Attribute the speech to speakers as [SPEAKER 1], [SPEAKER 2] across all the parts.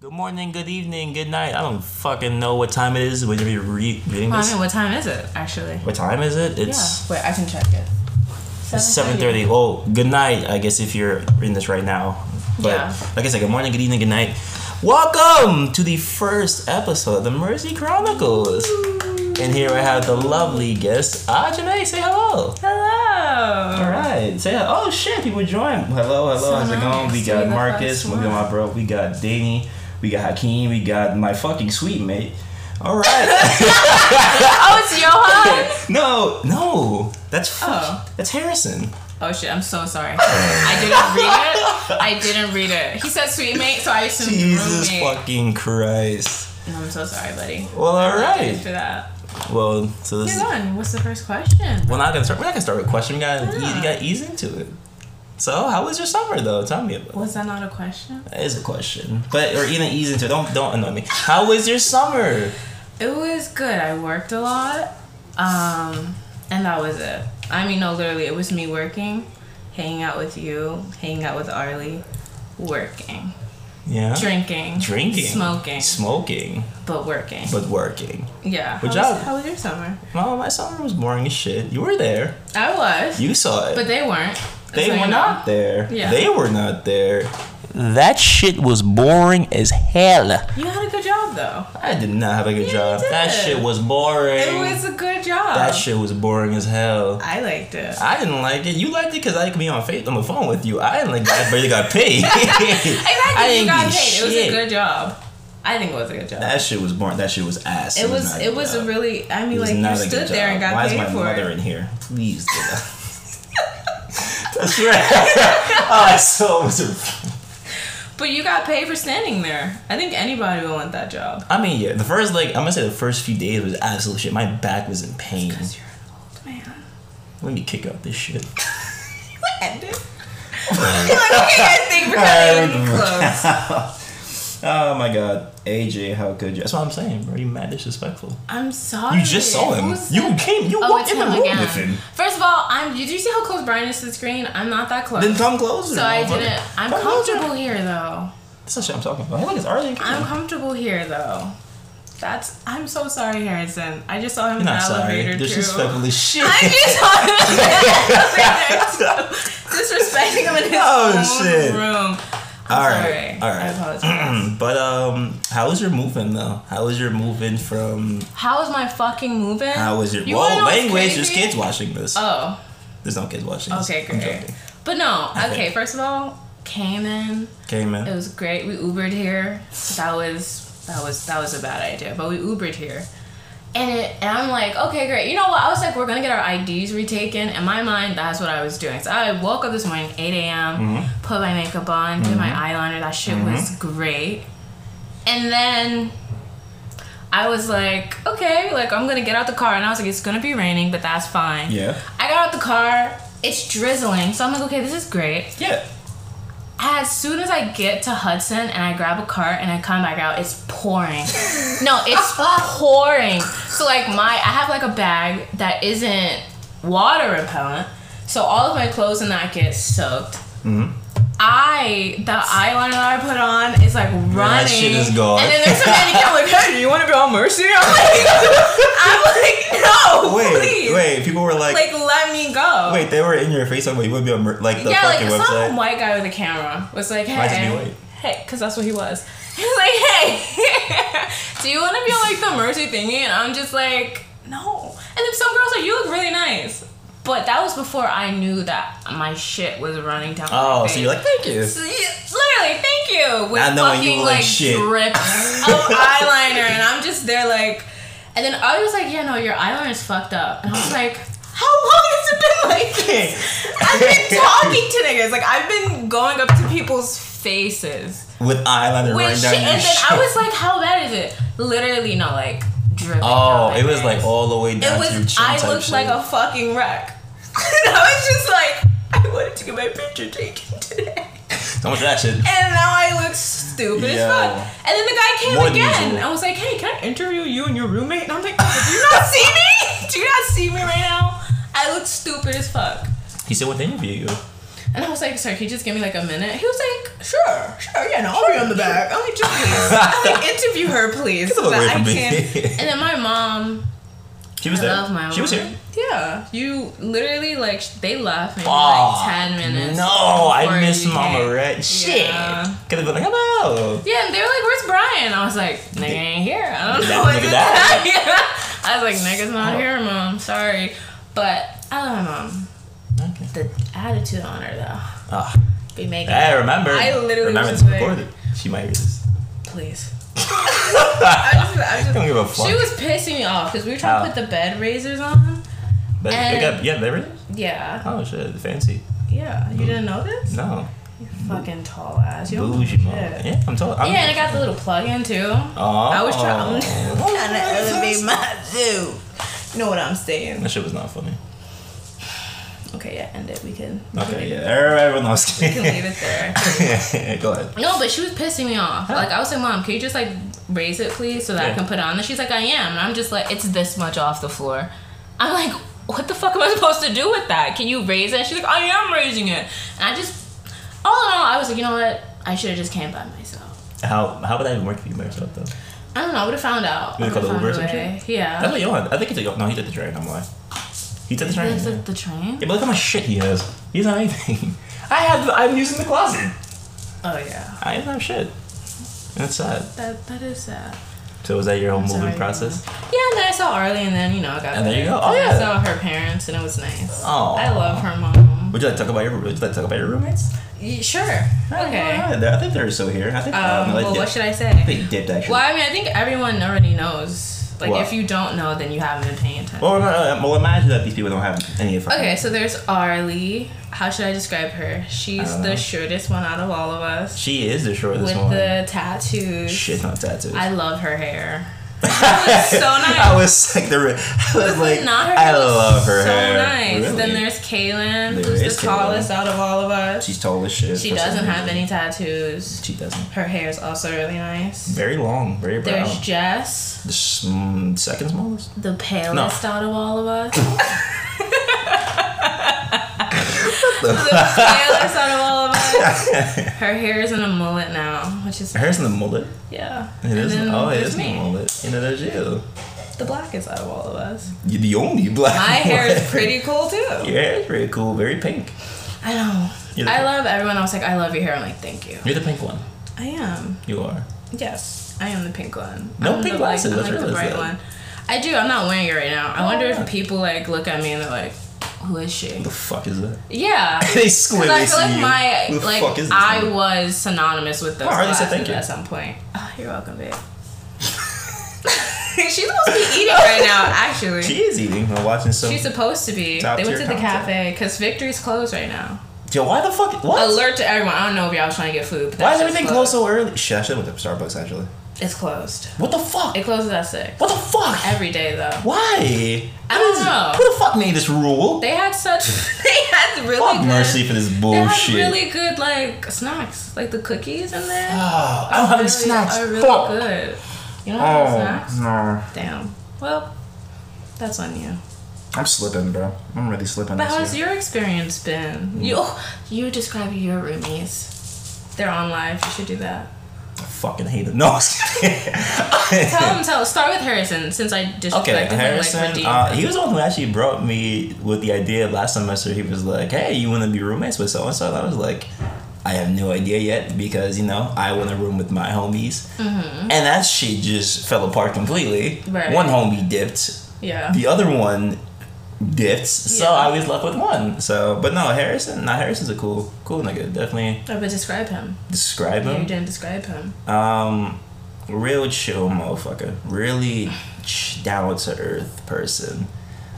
[SPEAKER 1] Good morning, good evening, good night. I don't fucking know what time it is whenever you're re- reading
[SPEAKER 2] Well, I
[SPEAKER 1] this.
[SPEAKER 2] mean, what time is it actually?
[SPEAKER 1] What time is it?
[SPEAKER 2] Yeah.
[SPEAKER 1] It's
[SPEAKER 2] Wait, I can check it.
[SPEAKER 1] it's seven thirty. Oh, good night. I guess if you're reading this right now. But
[SPEAKER 2] Yeah.
[SPEAKER 1] like I said, good morning, good evening, good night. Welcome to the first episode of the Mercy Chronicles. And here I have the lovely guest, Ajane. Say hello.
[SPEAKER 2] Hello.
[SPEAKER 1] All right. Say hello. Oh shit, people join. Hello, hello.
[SPEAKER 2] So
[SPEAKER 1] How's it going?
[SPEAKER 2] nice
[SPEAKER 1] We
[SPEAKER 2] to
[SPEAKER 1] got
[SPEAKER 2] be the
[SPEAKER 1] Marcus.
[SPEAKER 2] first
[SPEAKER 1] We got my
[SPEAKER 2] one.
[SPEAKER 1] bro. We got Danny. We got Hakeem. We got my fucking sweet mate. All right.
[SPEAKER 2] Oh, it's Johan.
[SPEAKER 1] no, no. That's fuck.
[SPEAKER 2] Oh.
[SPEAKER 1] That's Harrison.
[SPEAKER 2] oh shit, I'm so sorry. I didn't read it. I didn't read it. He said sweet mate, so I assumed
[SPEAKER 1] Jesus
[SPEAKER 2] roommate.
[SPEAKER 1] fucking Christ.
[SPEAKER 2] I'm so sorry, buddy.
[SPEAKER 1] Well, all
[SPEAKER 2] Thanks
[SPEAKER 1] right.
[SPEAKER 2] for that.
[SPEAKER 1] Well, so this.
[SPEAKER 2] Hey,
[SPEAKER 1] Is,
[SPEAKER 2] Ron, what's the first question?
[SPEAKER 1] we're not gonna start. We're not gonna start with a question. We gotta ease,
[SPEAKER 2] Yeah.
[SPEAKER 1] you gotta ease into it. So, how was your summer though? Tell me about.
[SPEAKER 2] Was that not a question?
[SPEAKER 1] That is a question, but or even ease into it. Don't don't annoy me. How was your summer?
[SPEAKER 2] It was good. I worked a lot. Um, and that was it. I mean, no, literally, it was me working, hanging out with you, hanging out with Arlie, working,
[SPEAKER 1] Yeah.
[SPEAKER 2] drinking,
[SPEAKER 1] Drinking.
[SPEAKER 2] smoking,
[SPEAKER 1] Smoking,
[SPEAKER 2] but working.
[SPEAKER 1] but working.
[SPEAKER 2] yeah.
[SPEAKER 1] Good
[SPEAKER 2] how was-
[SPEAKER 1] job.
[SPEAKER 2] how was your summer?
[SPEAKER 1] Well, my summer was boring as shit. You were there.
[SPEAKER 2] I was,
[SPEAKER 1] You saw it.
[SPEAKER 2] but they weren't.
[SPEAKER 1] they
[SPEAKER 2] So, you
[SPEAKER 1] were
[SPEAKER 2] know.
[SPEAKER 1] not there.
[SPEAKER 2] Yeah.
[SPEAKER 1] They were not there. That shit was boring as hell.
[SPEAKER 2] You had a good job though.
[SPEAKER 1] I did not have a good
[SPEAKER 2] Yeah,
[SPEAKER 1] job.
[SPEAKER 2] you
[SPEAKER 1] That
[SPEAKER 2] did.
[SPEAKER 1] shit was boring.
[SPEAKER 2] It was a good job.
[SPEAKER 1] that shit was boring as hell.
[SPEAKER 2] I liked it.
[SPEAKER 1] I didn't like it. You liked it because I could be on fa- on the phone with you. I didn't like that, I barely got paid.
[SPEAKER 2] Exactly.
[SPEAKER 1] I
[SPEAKER 2] you
[SPEAKER 1] didn't
[SPEAKER 2] got
[SPEAKER 1] get
[SPEAKER 2] paid. It was a
[SPEAKER 1] shit.
[SPEAKER 2] good job. I think it was a good job.
[SPEAKER 1] That shit was boring. That shit was ass.
[SPEAKER 2] it was.
[SPEAKER 1] not
[SPEAKER 2] It was
[SPEAKER 1] good.
[SPEAKER 2] a really. I mean,
[SPEAKER 1] It was
[SPEAKER 2] like you
[SPEAKER 1] not a
[SPEAKER 2] stood
[SPEAKER 1] good
[SPEAKER 2] there
[SPEAKER 1] job.
[SPEAKER 2] and got
[SPEAKER 1] Why
[SPEAKER 2] paid
[SPEAKER 1] is my
[SPEAKER 2] for
[SPEAKER 1] mother
[SPEAKER 2] it.
[SPEAKER 1] in here? Please do that. That's right. oh, so
[SPEAKER 2] But you got paid for standing there. I think anybody would want that job.
[SPEAKER 1] I mean, yeah. The first like I'm gonna say the first few days was absolute shit. My back was in pain.
[SPEAKER 2] Cause you're an old man.
[SPEAKER 1] Let me kick out this shit.
[SPEAKER 2] End it. You're like, okay, guys, thank you for cutting me close.
[SPEAKER 1] Oh my god, AJ, how could you? That's what I'm saying, bro. You mad disrespectful.
[SPEAKER 2] I'm sorry.
[SPEAKER 1] You just saw him.
[SPEAKER 2] Who's
[SPEAKER 1] You
[SPEAKER 2] that?
[SPEAKER 1] came. You
[SPEAKER 2] Oh,
[SPEAKER 1] walked
[SPEAKER 2] it's
[SPEAKER 1] in the
[SPEAKER 2] him
[SPEAKER 1] room
[SPEAKER 2] again.
[SPEAKER 1] with him.
[SPEAKER 2] First of all, I'm. Did you see how close Brian is to the screen? I'm not that close.
[SPEAKER 1] Then come closer.
[SPEAKER 2] so I
[SPEAKER 1] motherfucker.
[SPEAKER 2] didn't. I'm
[SPEAKER 1] Come closer.
[SPEAKER 2] comfortable here though.
[SPEAKER 1] That's the shit I'm talking about. Hey, look, it's Arlie.
[SPEAKER 2] I'm comfortable here though. That's. I'm so sorry, Harrison. I just saw him in the
[SPEAKER 1] not
[SPEAKER 2] elevator
[SPEAKER 1] sorry.
[SPEAKER 2] too.
[SPEAKER 1] Disrespectful as shit.
[SPEAKER 2] I'm just on the elevator too. Disrespecting him in his
[SPEAKER 1] Oh,
[SPEAKER 2] own
[SPEAKER 1] shit.
[SPEAKER 2] room. I'm
[SPEAKER 1] All right,
[SPEAKER 2] sorry.
[SPEAKER 1] all
[SPEAKER 2] I
[SPEAKER 1] right.
[SPEAKER 2] apologize.
[SPEAKER 1] But um, how was your moving though? How was your moving from?
[SPEAKER 2] How is my fucking moving?
[SPEAKER 1] How was your?
[SPEAKER 2] You wanna
[SPEAKER 1] whoa,
[SPEAKER 2] know what's
[SPEAKER 1] language. There's
[SPEAKER 2] crazy?
[SPEAKER 1] kids watching this.
[SPEAKER 2] Oh,
[SPEAKER 1] There's no kids watching. this.
[SPEAKER 2] okay,
[SPEAKER 1] I'm
[SPEAKER 2] great.
[SPEAKER 1] joking.
[SPEAKER 2] But no,
[SPEAKER 1] Okay.
[SPEAKER 2] okay. First of all, came in.
[SPEAKER 1] Okay,
[SPEAKER 2] It
[SPEAKER 1] man.
[SPEAKER 2] was great. We Ubered here. That was that was that was a bad idea, but we Ubered here. And, it, and I'm like, okay, great. You know what? I was like, we're gonna get our IDs retaken. In my mind, that's what I was doing. So I woke up this morning, 8 a.m., put my makeup on, did my eyeliner. That shit was great. And then I was like, okay, like I'm gonna get out the car. And I was like, it's gonna be raining, but that's fine.
[SPEAKER 1] Yeah.
[SPEAKER 2] I got out the car. It's drizzling, so I'm like, okay, this is great
[SPEAKER 1] Yeah.
[SPEAKER 2] as soon as I get to Hudson and I grab a cart and I come back out, it's pouring. no, it's pouring. So like my, I have like a bag that isn't water repellent, so all of my clothes in that get soaked.
[SPEAKER 1] Mm-hmm.
[SPEAKER 2] I the eyeliner that I put on is like running.
[SPEAKER 1] shit is gone.
[SPEAKER 2] And then there's a mannequin like, hey, do you want to be on Mercy? I'm like, I'm like, no,
[SPEAKER 1] Wait,
[SPEAKER 2] Oh, please,
[SPEAKER 1] wait. People were like,
[SPEAKER 2] like let me go.
[SPEAKER 1] wait, they were in your face. Like, wait, you would be on mer- like the
[SPEAKER 2] yeah, like
[SPEAKER 1] fucking
[SPEAKER 2] some
[SPEAKER 1] website.
[SPEAKER 2] white guy with a camera was like,
[SPEAKER 1] Might just be
[SPEAKER 2] hey,
[SPEAKER 1] white.
[SPEAKER 2] hey, because that's what he was. He was like, hey, do you want to be on like the mercy thingy? And I'm just like, no. And then some girls are, you look really nice. But that was before I knew that my shit was running down.
[SPEAKER 1] Oh,
[SPEAKER 2] my
[SPEAKER 1] so
[SPEAKER 2] face.
[SPEAKER 1] you're like, thank you.
[SPEAKER 2] So, yeah, literally, thank you. With
[SPEAKER 1] I know when you
[SPEAKER 2] fucking
[SPEAKER 1] look
[SPEAKER 2] like
[SPEAKER 1] shit.
[SPEAKER 2] drips of eyeliner, and I'm just there like, and then I was like, yeah, no, your eyeliner's fucked up, and I was like, how long has it been like this? I've been talking to niggas, like I've been going up to people's faces
[SPEAKER 1] With eyeliner
[SPEAKER 2] with
[SPEAKER 1] running
[SPEAKER 2] shit,
[SPEAKER 1] down your
[SPEAKER 2] and then
[SPEAKER 1] shit.
[SPEAKER 2] I was like, how bad is it? Literally, no, like dripping.
[SPEAKER 1] oh,
[SPEAKER 2] down my
[SPEAKER 1] it was
[SPEAKER 2] face.
[SPEAKER 1] like all the way down
[SPEAKER 2] It
[SPEAKER 1] to your
[SPEAKER 2] was.
[SPEAKER 1] chin
[SPEAKER 2] I
[SPEAKER 1] type
[SPEAKER 2] looked
[SPEAKER 1] shit.
[SPEAKER 2] like a fucking wreck. and I was just like, I wanted to get my picture taken today.
[SPEAKER 1] How much that shit?
[SPEAKER 2] And now I look stupid
[SPEAKER 1] Yo.
[SPEAKER 2] as fuck. And then the guy came
[SPEAKER 1] More than
[SPEAKER 2] again.
[SPEAKER 1] usual.
[SPEAKER 2] I was like, hey, can I interview you and your roommate? And I'm like, do you not see me? Do you not see me right now? I look stupid as fuck.
[SPEAKER 1] He said, "What interview you?"
[SPEAKER 2] And I was like, sir, can you just give me like a minute? He was like, sure, sure, yeah, no, I'll be on the back. I'm like, just wait. like, interview her, please.
[SPEAKER 1] Get the fuck away
[SPEAKER 2] But I
[SPEAKER 1] from me.
[SPEAKER 2] can't. And then my mom.
[SPEAKER 1] She was
[SPEAKER 2] I
[SPEAKER 1] there.
[SPEAKER 2] love my mom.
[SPEAKER 1] she was here.
[SPEAKER 2] Yeah, you literally like sh- they left maybe
[SPEAKER 1] Aw,
[SPEAKER 2] like ten minutes.
[SPEAKER 1] No, I
[SPEAKER 2] before
[SPEAKER 1] miss
[SPEAKER 2] you
[SPEAKER 1] Mama
[SPEAKER 2] came.
[SPEAKER 1] Red. Shit.
[SPEAKER 2] Yeah.
[SPEAKER 1] Could have been like, hello.
[SPEAKER 2] Yeah, and they were like, "Where's Brian?" I was like, "Nigga ain't here." I don't
[SPEAKER 1] Did that
[SPEAKER 2] know what
[SPEAKER 1] nigga
[SPEAKER 2] to
[SPEAKER 1] die?
[SPEAKER 2] tell you. I was like, "Nigga's not
[SPEAKER 1] Oh.
[SPEAKER 2] here, mom. Sorry," but I love my mom.
[SPEAKER 1] Okay.
[SPEAKER 2] The attitude on her though,
[SPEAKER 1] Ah,
[SPEAKER 2] be making.
[SPEAKER 1] I remember.
[SPEAKER 2] I literally
[SPEAKER 1] remember
[SPEAKER 2] was
[SPEAKER 1] it's
[SPEAKER 2] there.
[SPEAKER 1] recorded. She might hear this.
[SPEAKER 2] Please. I just, I
[SPEAKER 1] I
[SPEAKER 2] just,
[SPEAKER 1] don't give a fuck.
[SPEAKER 2] she was pissing me off because we were trying
[SPEAKER 1] How?
[SPEAKER 2] to put the bed razors on.
[SPEAKER 1] but they
[SPEAKER 2] and-
[SPEAKER 1] got, yeah, they were.
[SPEAKER 2] Yeah,
[SPEAKER 1] Oh shit, fancy.
[SPEAKER 2] yeah. You didn't know this?
[SPEAKER 1] No,
[SPEAKER 2] Fucking tall ass. You don't know
[SPEAKER 1] bougie mom.
[SPEAKER 2] shit.
[SPEAKER 1] Yeah, I'm told. I'm,
[SPEAKER 2] Yeah, and I got the little plug-in too.
[SPEAKER 1] Oh.
[SPEAKER 2] I was trying, trying to elevate my zoo. Know what I'm saying?
[SPEAKER 1] That shit was not funny.
[SPEAKER 2] Okay, yeah, end it. We can. we can
[SPEAKER 1] Okay,
[SPEAKER 2] leave it-
[SPEAKER 1] yeah. Everyone else
[SPEAKER 2] We can leave it there.
[SPEAKER 1] Go ahead.
[SPEAKER 2] No, but she was pissing me off. Like I was like, Mom, can you just like raise it please so that
[SPEAKER 1] Yeah.
[SPEAKER 2] I can put it on? And she's like, I am. And I'm just like, it's this much off the floor. I'm like, what the fuck am I supposed to do with that? Can you raise it? And she's like, I am raising it. And I just all in all, I was like, you know what? I should have just came by myself.
[SPEAKER 1] How how would that even work for you by yourself though?
[SPEAKER 2] I don't know, I would have found out.
[SPEAKER 1] You
[SPEAKER 2] I
[SPEAKER 1] would've
[SPEAKER 2] would've
[SPEAKER 1] called
[SPEAKER 2] found
[SPEAKER 1] Uber or
[SPEAKER 2] a way. Yeah.
[SPEAKER 1] That's what Johan. I think he took. No, he took the train. I'm lying. He took the train.
[SPEAKER 2] Is
[SPEAKER 1] Yeah.
[SPEAKER 2] it the train?
[SPEAKER 1] Yeah, but look how much shit he has. He doesn't have anything. I have. I'm using the closet.
[SPEAKER 2] Oh yeah.
[SPEAKER 1] I don't have shit. That's sad.
[SPEAKER 2] That that is sad.
[SPEAKER 1] So was that your whole
[SPEAKER 2] sorry,
[SPEAKER 1] moving
[SPEAKER 2] Johan.
[SPEAKER 1] process?
[SPEAKER 2] Yeah, and then I saw Arlie and then, you know, I got
[SPEAKER 1] And there you
[SPEAKER 2] better.
[SPEAKER 1] go. Oh,
[SPEAKER 2] I
[SPEAKER 1] yeah.
[SPEAKER 2] saw her parents and it was nice.
[SPEAKER 1] Oh.
[SPEAKER 2] I love her mom.
[SPEAKER 1] Would you like to talk about your? Would you like to talk about your roommates?
[SPEAKER 2] Y- Sure. Okay.
[SPEAKER 1] Yeah, they're- I think they're still here. I think.
[SPEAKER 2] Um,
[SPEAKER 1] um, like,
[SPEAKER 2] well,
[SPEAKER 1] yeah,
[SPEAKER 2] what should I
[SPEAKER 1] I
[SPEAKER 2] say?
[SPEAKER 1] think they dipped actually.
[SPEAKER 2] Well, I mean, I think everyone already knows. Like,
[SPEAKER 1] What?
[SPEAKER 2] if you don't know, then you haven't been paying attention.
[SPEAKER 1] Well, no, no, well, imagine that these people don't have any of.
[SPEAKER 2] Okay, so there's Arlie. How should I describe her?
[SPEAKER 1] I
[SPEAKER 2] She's
[SPEAKER 1] don't know.
[SPEAKER 2] the shortest one out of all of us
[SPEAKER 1] She is the Uh, shortest
[SPEAKER 2] with
[SPEAKER 1] one.
[SPEAKER 2] the tattoos.
[SPEAKER 1] Shit, not tattoos.
[SPEAKER 2] I love her hair. It was so nice.
[SPEAKER 1] I was like the. I was like,
[SPEAKER 2] Not her
[SPEAKER 1] I
[SPEAKER 2] hair was
[SPEAKER 1] love her
[SPEAKER 2] so
[SPEAKER 1] hair.
[SPEAKER 2] nice.
[SPEAKER 1] Really?
[SPEAKER 2] Then there's Kaylin,
[SPEAKER 1] There
[SPEAKER 2] who's
[SPEAKER 1] is
[SPEAKER 2] the tallest
[SPEAKER 1] Kaylin.
[SPEAKER 2] out of all of us.
[SPEAKER 1] She's tall as shit.
[SPEAKER 2] she
[SPEAKER 1] for some
[SPEAKER 2] doesn't have
[SPEAKER 1] reason.
[SPEAKER 2] any tattoos.
[SPEAKER 1] She doesn't.
[SPEAKER 2] Her hair is also really nice.
[SPEAKER 1] Very long, very brown.
[SPEAKER 2] There's Jess.
[SPEAKER 1] the sm- second smallest.
[SPEAKER 2] the palest out of all of us. the palest out of all of us. Her hair is in a mullet now, which is
[SPEAKER 1] Hers in the mullet.
[SPEAKER 2] yeah.
[SPEAKER 1] It is.
[SPEAKER 2] And then
[SPEAKER 1] Oh, it
[SPEAKER 2] there's
[SPEAKER 1] is in
[SPEAKER 2] me.
[SPEAKER 1] the mullet. And then there's you.
[SPEAKER 2] The blackest out of all of us.
[SPEAKER 1] You're the only black.
[SPEAKER 2] My hair
[SPEAKER 1] one.
[SPEAKER 2] is pretty cool too.
[SPEAKER 1] Your hair is pretty cool. Very pink.
[SPEAKER 2] I know.
[SPEAKER 1] You're the,
[SPEAKER 2] I love everyone else. Like I love your hair. I'm like thank you.
[SPEAKER 1] You're the pink one.
[SPEAKER 2] I am.
[SPEAKER 1] You are.
[SPEAKER 2] Yes, I am the pink one.
[SPEAKER 1] No
[SPEAKER 2] I'm
[SPEAKER 1] pink
[SPEAKER 2] the, like-
[SPEAKER 1] glasses,
[SPEAKER 2] I'm
[SPEAKER 1] that's
[SPEAKER 2] like the
[SPEAKER 1] real, is
[SPEAKER 2] bright
[SPEAKER 1] that-
[SPEAKER 2] one. I do. I'm not wearing it right now. I wonder
[SPEAKER 1] yeah.
[SPEAKER 2] if people like look at me and they're like, "Who is she?"
[SPEAKER 1] The fuck is that?
[SPEAKER 2] Yeah.
[SPEAKER 1] they squint.
[SPEAKER 2] Because
[SPEAKER 1] They
[SPEAKER 2] I feel
[SPEAKER 1] see
[SPEAKER 2] like
[SPEAKER 1] you.
[SPEAKER 2] my
[SPEAKER 1] Who the
[SPEAKER 2] like
[SPEAKER 1] fuck is this
[SPEAKER 2] I
[SPEAKER 1] nigga?
[SPEAKER 2] was synonymous with those
[SPEAKER 1] Oh, I already
[SPEAKER 2] glasses
[SPEAKER 1] said thank you.
[SPEAKER 2] at some point. Oh, you're welcome, babe. She's supposed to be eating right now. Actually,
[SPEAKER 1] She is eating. I'm watching some.
[SPEAKER 2] she's supposed to be.
[SPEAKER 1] Top
[SPEAKER 2] they went
[SPEAKER 1] tier
[SPEAKER 2] to the
[SPEAKER 1] content.
[SPEAKER 2] cafe because Victory's closed right now.
[SPEAKER 1] Yo, why the fuck? What?
[SPEAKER 2] Alert to everyone. I don't know if y'all was trying to get food. But that
[SPEAKER 1] why is
[SPEAKER 2] shit's
[SPEAKER 1] everything closed so early? Shit, I should have went to Starbucks actually.
[SPEAKER 2] It's closed.
[SPEAKER 1] What the fuck?
[SPEAKER 2] It closes at six
[SPEAKER 1] What the fuck?
[SPEAKER 2] every day though.
[SPEAKER 1] Why? What
[SPEAKER 2] I don't
[SPEAKER 1] is-
[SPEAKER 2] know.
[SPEAKER 1] Who the fuck made this rule?
[SPEAKER 2] They had such. they had really
[SPEAKER 1] fuck
[SPEAKER 2] good.
[SPEAKER 1] mercy for this
[SPEAKER 2] They had
[SPEAKER 1] bullshit.
[SPEAKER 2] really good like snacks, like the cookies in there.
[SPEAKER 1] oh, I don't have any
[SPEAKER 2] really-
[SPEAKER 1] snacks.
[SPEAKER 2] Are really
[SPEAKER 1] fuck.
[SPEAKER 2] good. You don't have any
[SPEAKER 1] Oh
[SPEAKER 2] snacks?
[SPEAKER 1] no,
[SPEAKER 2] Damn. Well, that's on you.
[SPEAKER 1] I'm slipping, bro. I'm really slipping.
[SPEAKER 2] But
[SPEAKER 1] this
[SPEAKER 2] how's
[SPEAKER 1] year.
[SPEAKER 2] your experience been? You oh, you describe your roomies. They're on live. You should do that.
[SPEAKER 1] I fucking hate them. No. I'm just kidding.
[SPEAKER 2] Tell them. Tell. Start with Harrison, since I disrespected
[SPEAKER 1] Okay,
[SPEAKER 2] him, like
[SPEAKER 1] Harrison.
[SPEAKER 2] redeemed.
[SPEAKER 1] Uh, he was the one who actually brought me with the idea last semester. He was like, "Hey, you want to be roommates with so and so?" And I was like, "I have no idea yet because you know I want to room with my homies." And that shit just fell apart completely.
[SPEAKER 2] Mm-hmm. Right.
[SPEAKER 1] One homie dipped.
[SPEAKER 2] yeah.
[SPEAKER 1] the other one dipped, so
[SPEAKER 2] Yeah.
[SPEAKER 1] I was left with one. So, but no, Harrison. Not Harrison's a cool, cool nigga. Definitely
[SPEAKER 2] Oh, but describe him.
[SPEAKER 1] describe
[SPEAKER 2] Yeah, you
[SPEAKER 1] him.
[SPEAKER 2] didn't describe him.
[SPEAKER 1] Um, real chill motherfucker. Really ch- down to earth person.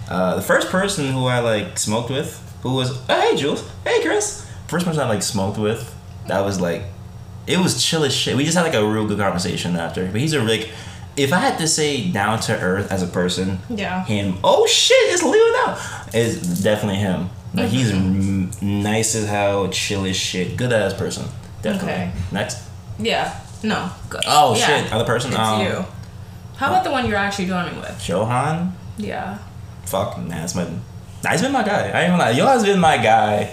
[SPEAKER 1] Uh, the first person who I like smoked with, who was oh, hey Jules, hey Chris. First person I like smoked with, that was like, it was chill as shit. We just had like a real good conversation after. But he's a like, if I had to say down to earth as a person,
[SPEAKER 2] Yeah.
[SPEAKER 1] him. Oh shit, it's Leo now. It's definitely him. Like he's m- nice as hell, chill as shit, good ass person. Definitely.
[SPEAKER 2] Okay.
[SPEAKER 1] Next.
[SPEAKER 2] Yeah. No. Go.
[SPEAKER 1] Oh
[SPEAKER 2] Yeah.
[SPEAKER 1] shit, other person.
[SPEAKER 2] It's
[SPEAKER 1] um, uh,
[SPEAKER 2] you. How about the one you're actually joining with?
[SPEAKER 1] Johan.
[SPEAKER 2] Yeah.
[SPEAKER 1] Fuck, nah, that's my. Nah, he's been my guy. I ain't gonna lie. Johan's been my guy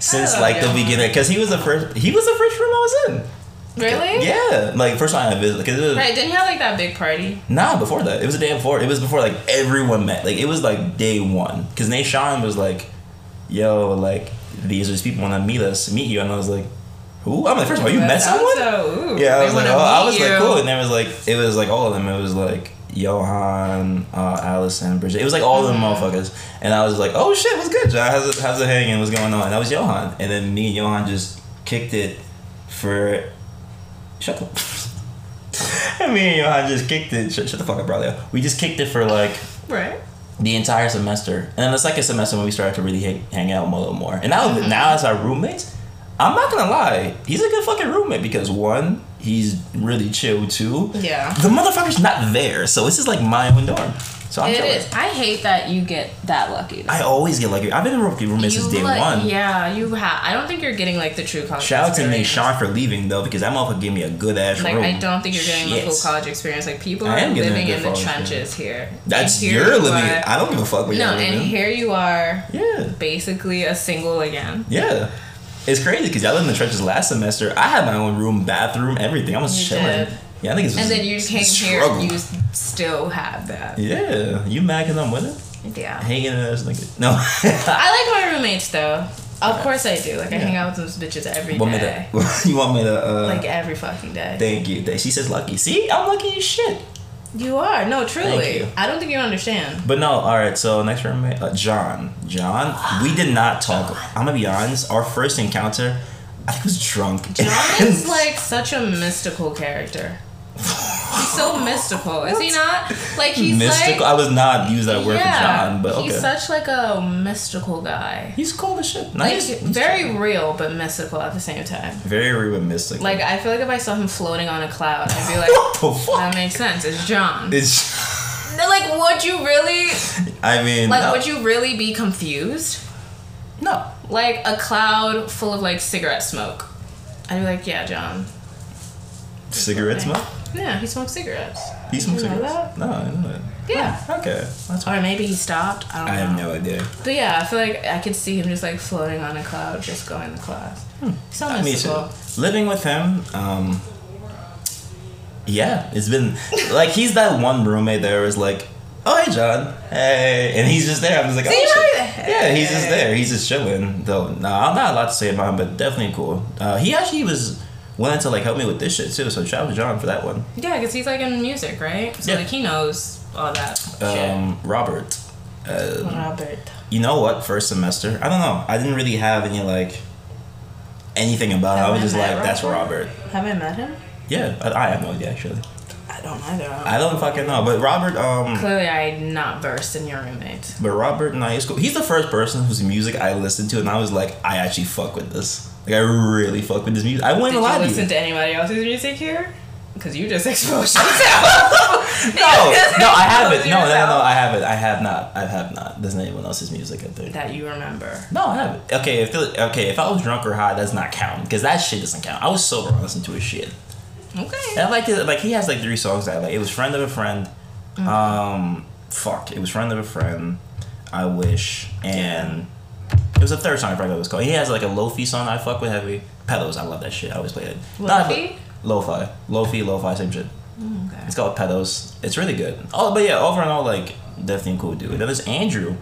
[SPEAKER 1] since
[SPEAKER 2] love
[SPEAKER 1] like the
[SPEAKER 2] Johan.
[SPEAKER 1] beginning because he was the first. He was the first room I was in.
[SPEAKER 2] Really?
[SPEAKER 1] Yeah, like first time I visited, cause it was
[SPEAKER 2] Right, didn't you have like that big party?
[SPEAKER 1] nah before that. It was the day before. It was before like everyone met. Like it was like day one, cause Nashawn was like, "Yo, like these are these people want to meet us, meet you," and I was like, "Who?" I'm like, first of all, Oh, you
[SPEAKER 2] That
[SPEAKER 1] met
[SPEAKER 2] sounds
[SPEAKER 1] someone?
[SPEAKER 2] So, ooh,
[SPEAKER 1] Yeah, I
[SPEAKER 2] they
[SPEAKER 1] was like,
[SPEAKER 2] wanna
[SPEAKER 1] oh, I
[SPEAKER 2] meet
[SPEAKER 1] was
[SPEAKER 2] you.
[SPEAKER 1] like, cool. And it was like, it was like all of them. It was like Johan, uh, Allison, Bridget. It was like all of them
[SPEAKER 2] Mm-hmm.
[SPEAKER 1] motherfuckers. And I was just like, oh shit, what's good? John? How's it, how's it hanging? What's going on? And that was Johan. And then me and Johan just kicked it for. Shut up. and me and Johan just kicked it. Shut, shut the fuck up, brother. We just kicked it for like
[SPEAKER 2] Right.
[SPEAKER 1] the entire semester. And then the second semester when we started to really hang, hang out a little more. And now
[SPEAKER 2] Mm-hmm.
[SPEAKER 1] now as our roommates, I'm not gonna lie, he's a good fucking roommate because one, he's really chill too.
[SPEAKER 2] Yeah.
[SPEAKER 1] The motherfucker's not there, so this is like my own dorm. So I'm
[SPEAKER 2] It
[SPEAKER 1] chilling.
[SPEAKER 2] is. I hate that you get that lucky. though.
[SPEAKER 1] I always get lucky. I've been a roommate since
[SPEAKER 2] You
[SPEAKER 1] day
[SPEAKER 2] like-
[SPEAKER 1] one.
[SPEAKER 2] Yeah, you have. I don't think you're getting like the true college.
[SPEAKER 1] Shout out to Nate Sean
[SPEAKER 2] experience.
[SPEAKER 1] for leaving though, because that motherfucker gave me a good ass
[SPEAKER 2] Like
[SPEAKER 1] room.
[SPEAKER 2] I don't think you're getting
[SPEAKER 1] Shit.
[SPEAKER 2] the full college experience. Like people
[SPEAKER 1] I
[SPEAKER 2] are
[SPEAKER 1] am getting a
[SPEAKER 2] living
[SPEAKER 1] good
[SPEAKER 2] in the
[SPEAKER 1] college
[SPEAKER 2] trenches here. And
[SPEAKER 1] That's
[SPEAKER 2] here
[SPEAKER 1] your
[SPEAKER 2] you
[SPEAKER 1] living.
[SPEAKER 2] are-
[SPEAKER 1] I don't give a fuck what
[SPEAKER 2] no,
[SPEAKER 1] you're living.
[SPEAKER 2] and here you are,
[SPEAKER 1] yeah.
[SPEAKER 2] basically a single again.
[SPEAKER 1] Yeah. It's crazy because I lived in the trenches last semester. I had my own room, bathroom, everything. I was
[SPEAKER 2] You
[SPEAKER 1] chilling.
[SPEAKER 2] did.
[SPEAKER 1] Yeah, I think it's
[SPEAKER 2] And then you came
[SPEAKER 1] struggle.
[SPEAKER 2] here, you s- still have that.
[SPEAKER 1] Yeah, you mad because I'm with it?
[SPEAKER 2] Yeah.
[SPEAKER 1] Hanging in this nigga. No.
[SPEAKER 2] I like my roommates though. Of course I do. Like I hang out with those bitches every day.
[SPEAKER 1] want me to, you want me to, uh,
[SPEAKER 2] like every fucking day.
[SPEAKER 1] thank you. She says lucky. See, I'm lucky as shit.
[SPEAKER 2] you are. No, truly.
[SPEAKER 1] you.
[SPEAKER 2] I don't think you understand.
[SPEAKER 1] But no, all right. So next roommate, uh, John. John, we did not talk. I'm gonna be honest. Our first encounter, I think was drunk.
[SPEAKER 2] John is like such a mystical character. He's so mystical, is he not? Like he's
[SPEAKER 1] mystical.
[SPEAKER 2] like
[SPEAKER 1] I was not use that word
[SPEAKER 2] yeah,
[SPEAKER 1] for John, but okay.
[SPEAKER 2] he's such like a mystical guy.
[SPEAKER 1] He's cool as shit.
[SPEAKER 2] Like
[SPEAKER 1] Nice.
[SPEAKER 2] very real but mystical at the same time.
[SPEAKER 1] very real and mystical.
[SPEAKER 2] Like I feel like if I saw him floating on a cloud, I'd be like,
[SPEAKER 1] what the fuck?
[SPEAKER 2] that makes sense. It's John.
[SPEAKER 1] It's.
[SPEAKER 2] They're like, would you really
[SPEAKER 1] I mean.
[SPEAKER 2] like
[SPEAKER 1] no.
[SPEAKER 2] would you really be confused?
[SPEAKER 1] No.
[SPEAKER 2] Like a cloud full of like cigarette smoke. I'd be like, yeah, John.
[SPEAKER 1] Cigarette smoke?
[SPEAKER 2] Yeah, he smokes cigares.
[SPEAKER 1] He smokes
[SPEAKER 2] You know
[SPEAKER 1] cigarettes. No, I know that.
[SPEAKER 2] Yeah.
[SPEAKER 1] Okay. That's
[SPEAKER 2] Or maybe he stopped. I don't
[SPEAKER 1] I
[SPEAKER 2] know.
[SPEAKER 1] have no idea.
[SPEAKER 2] But yeah, I feel like I could see him just like floating on a cloud, just going to class.
[SPEAKER 1] Hmm.
[SPEAKER 2] So
[SPEAKER 1] Me too.
[SPEAKER 2] mystical.
[SPEAKER 1] Living with him, um, yeah, it's been like he's that one roommate that was like, "Oh hey John, hey," and he's just there. I'm just like,
[SPEAKER 2] See,
[SPEAKER 1] "Oh shit."
[SPEAKER 2] right?
[SPEAKER 1] yeah, he's just
[SPEAKER 2] Hey.
[SPEAKER 1] there. He's just chilling. Though, no, I'm not a lot to say about him, but definitely cool. Uh, he actually was willing to like help me with this shit too. So shout out to John for that one.
[SPEAKER 2] Yeah, because he's like in music, right? So
[SPEAKER 1] Yeah.
[SPEAKER 2] like he knows all that shit.
[SPEAKER 1] Um, Robert. Uh,
[SPEAKER 2] Robert.
[SPEAKER 1] you know what first semester i don't know i didn't really have any like anything about it i was just like that's robert
[SPEAKER 2] Have I met him?
[SPEAKER 1] yeah I, I have no idea actually
[SPEAKER 2] I don't either.
[SPEAKER 1] i don't fucking know but robert um
[SPEAKER 2] Clearly, I'm not versed in your roommates.
[SPEAKER 1] but robert in high school he's the first person whose music i listened to and i was like i actually fuck with this like i really fuck with this music i wouldn't
[SPEAKER 2] Did you
[SPEAKER 1] lie to
[SPEAKER 2] listen
[SPEAKER 1] you
[SPEAKER 2] to anybody else's music here? Because you just exposed yourself.
[SPEAKER 1] no no i haven't no no no i haven't i have not i have not there's not anyone else's music i think
[SPEAKER 2] That you remember.
[SPEAKER 1] no, I haven't. Okay, if it, okay, if I was drunk or high, that's not count because that shit doesn't count. I was sober. I listened to his shit.
[SPEAKER 2] Okay.
[SPEAKER 1] And I liked it. Like he has like three songs that I like. It was friend of a friend.
[SPEAKER 2] Mm-hmm.
[SPEAKER 1] Um, fuck. It was friend of a friend. I wish and it was a third song. I forgot what it was called. He has like a lofi song. I fuck with heavy pedos. I love that shit. I always play it. Not-
[SPEAKER 2] Lofi? Mm,
[SPEAKER 1] Lo-fi, lofi, lo-fi, same shit.
[SPEAKER 2] Okay.
[SPEAKER 1] It's called pedos. It's really good. Oh, but yeah, over and all, like definitely cool dude. Then there's Andrew.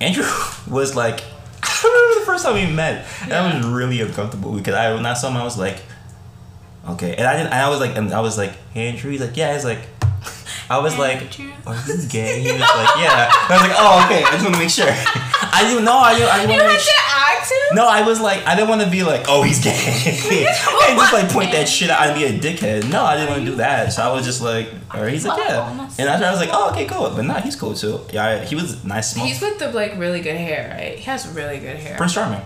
[SPEAKER 1] Andrew was like, I remember the first time we met. And I was really uncomfortable because I when I saw him, I was like, okay, and I didn't. And I was like, and I was like, Andrew. He's like, yeah. He's like, I was like,
[SPEAKER 2] Andrew.
[SPEAKER 1] are you gay? He was like, yeah. And I was like, oh, okay. I just want to make sure. I didn't know. I didn't, I didn't want
[SPEAKER 2] You
[SPEAKER 1] to
[SPEAKER 2] had
[SPEAKER 1] make sure.
[SPEAKER 2] to accent?
[SPEAKER 1] No, I was like, I didn't want to be like, oh, he's gay, and just like point that shit out and be a dickhead. No, I didn't want to do that. So I was just like, or he's like, yeah, and after I was like, oh, okay, cool, but nah, he's cool too. Yeah, I- he was nice, small.
[SPEAKER 2] He's with the like really good hair, right? He has really good hair.
[SPEAKER 1] Prince Charming.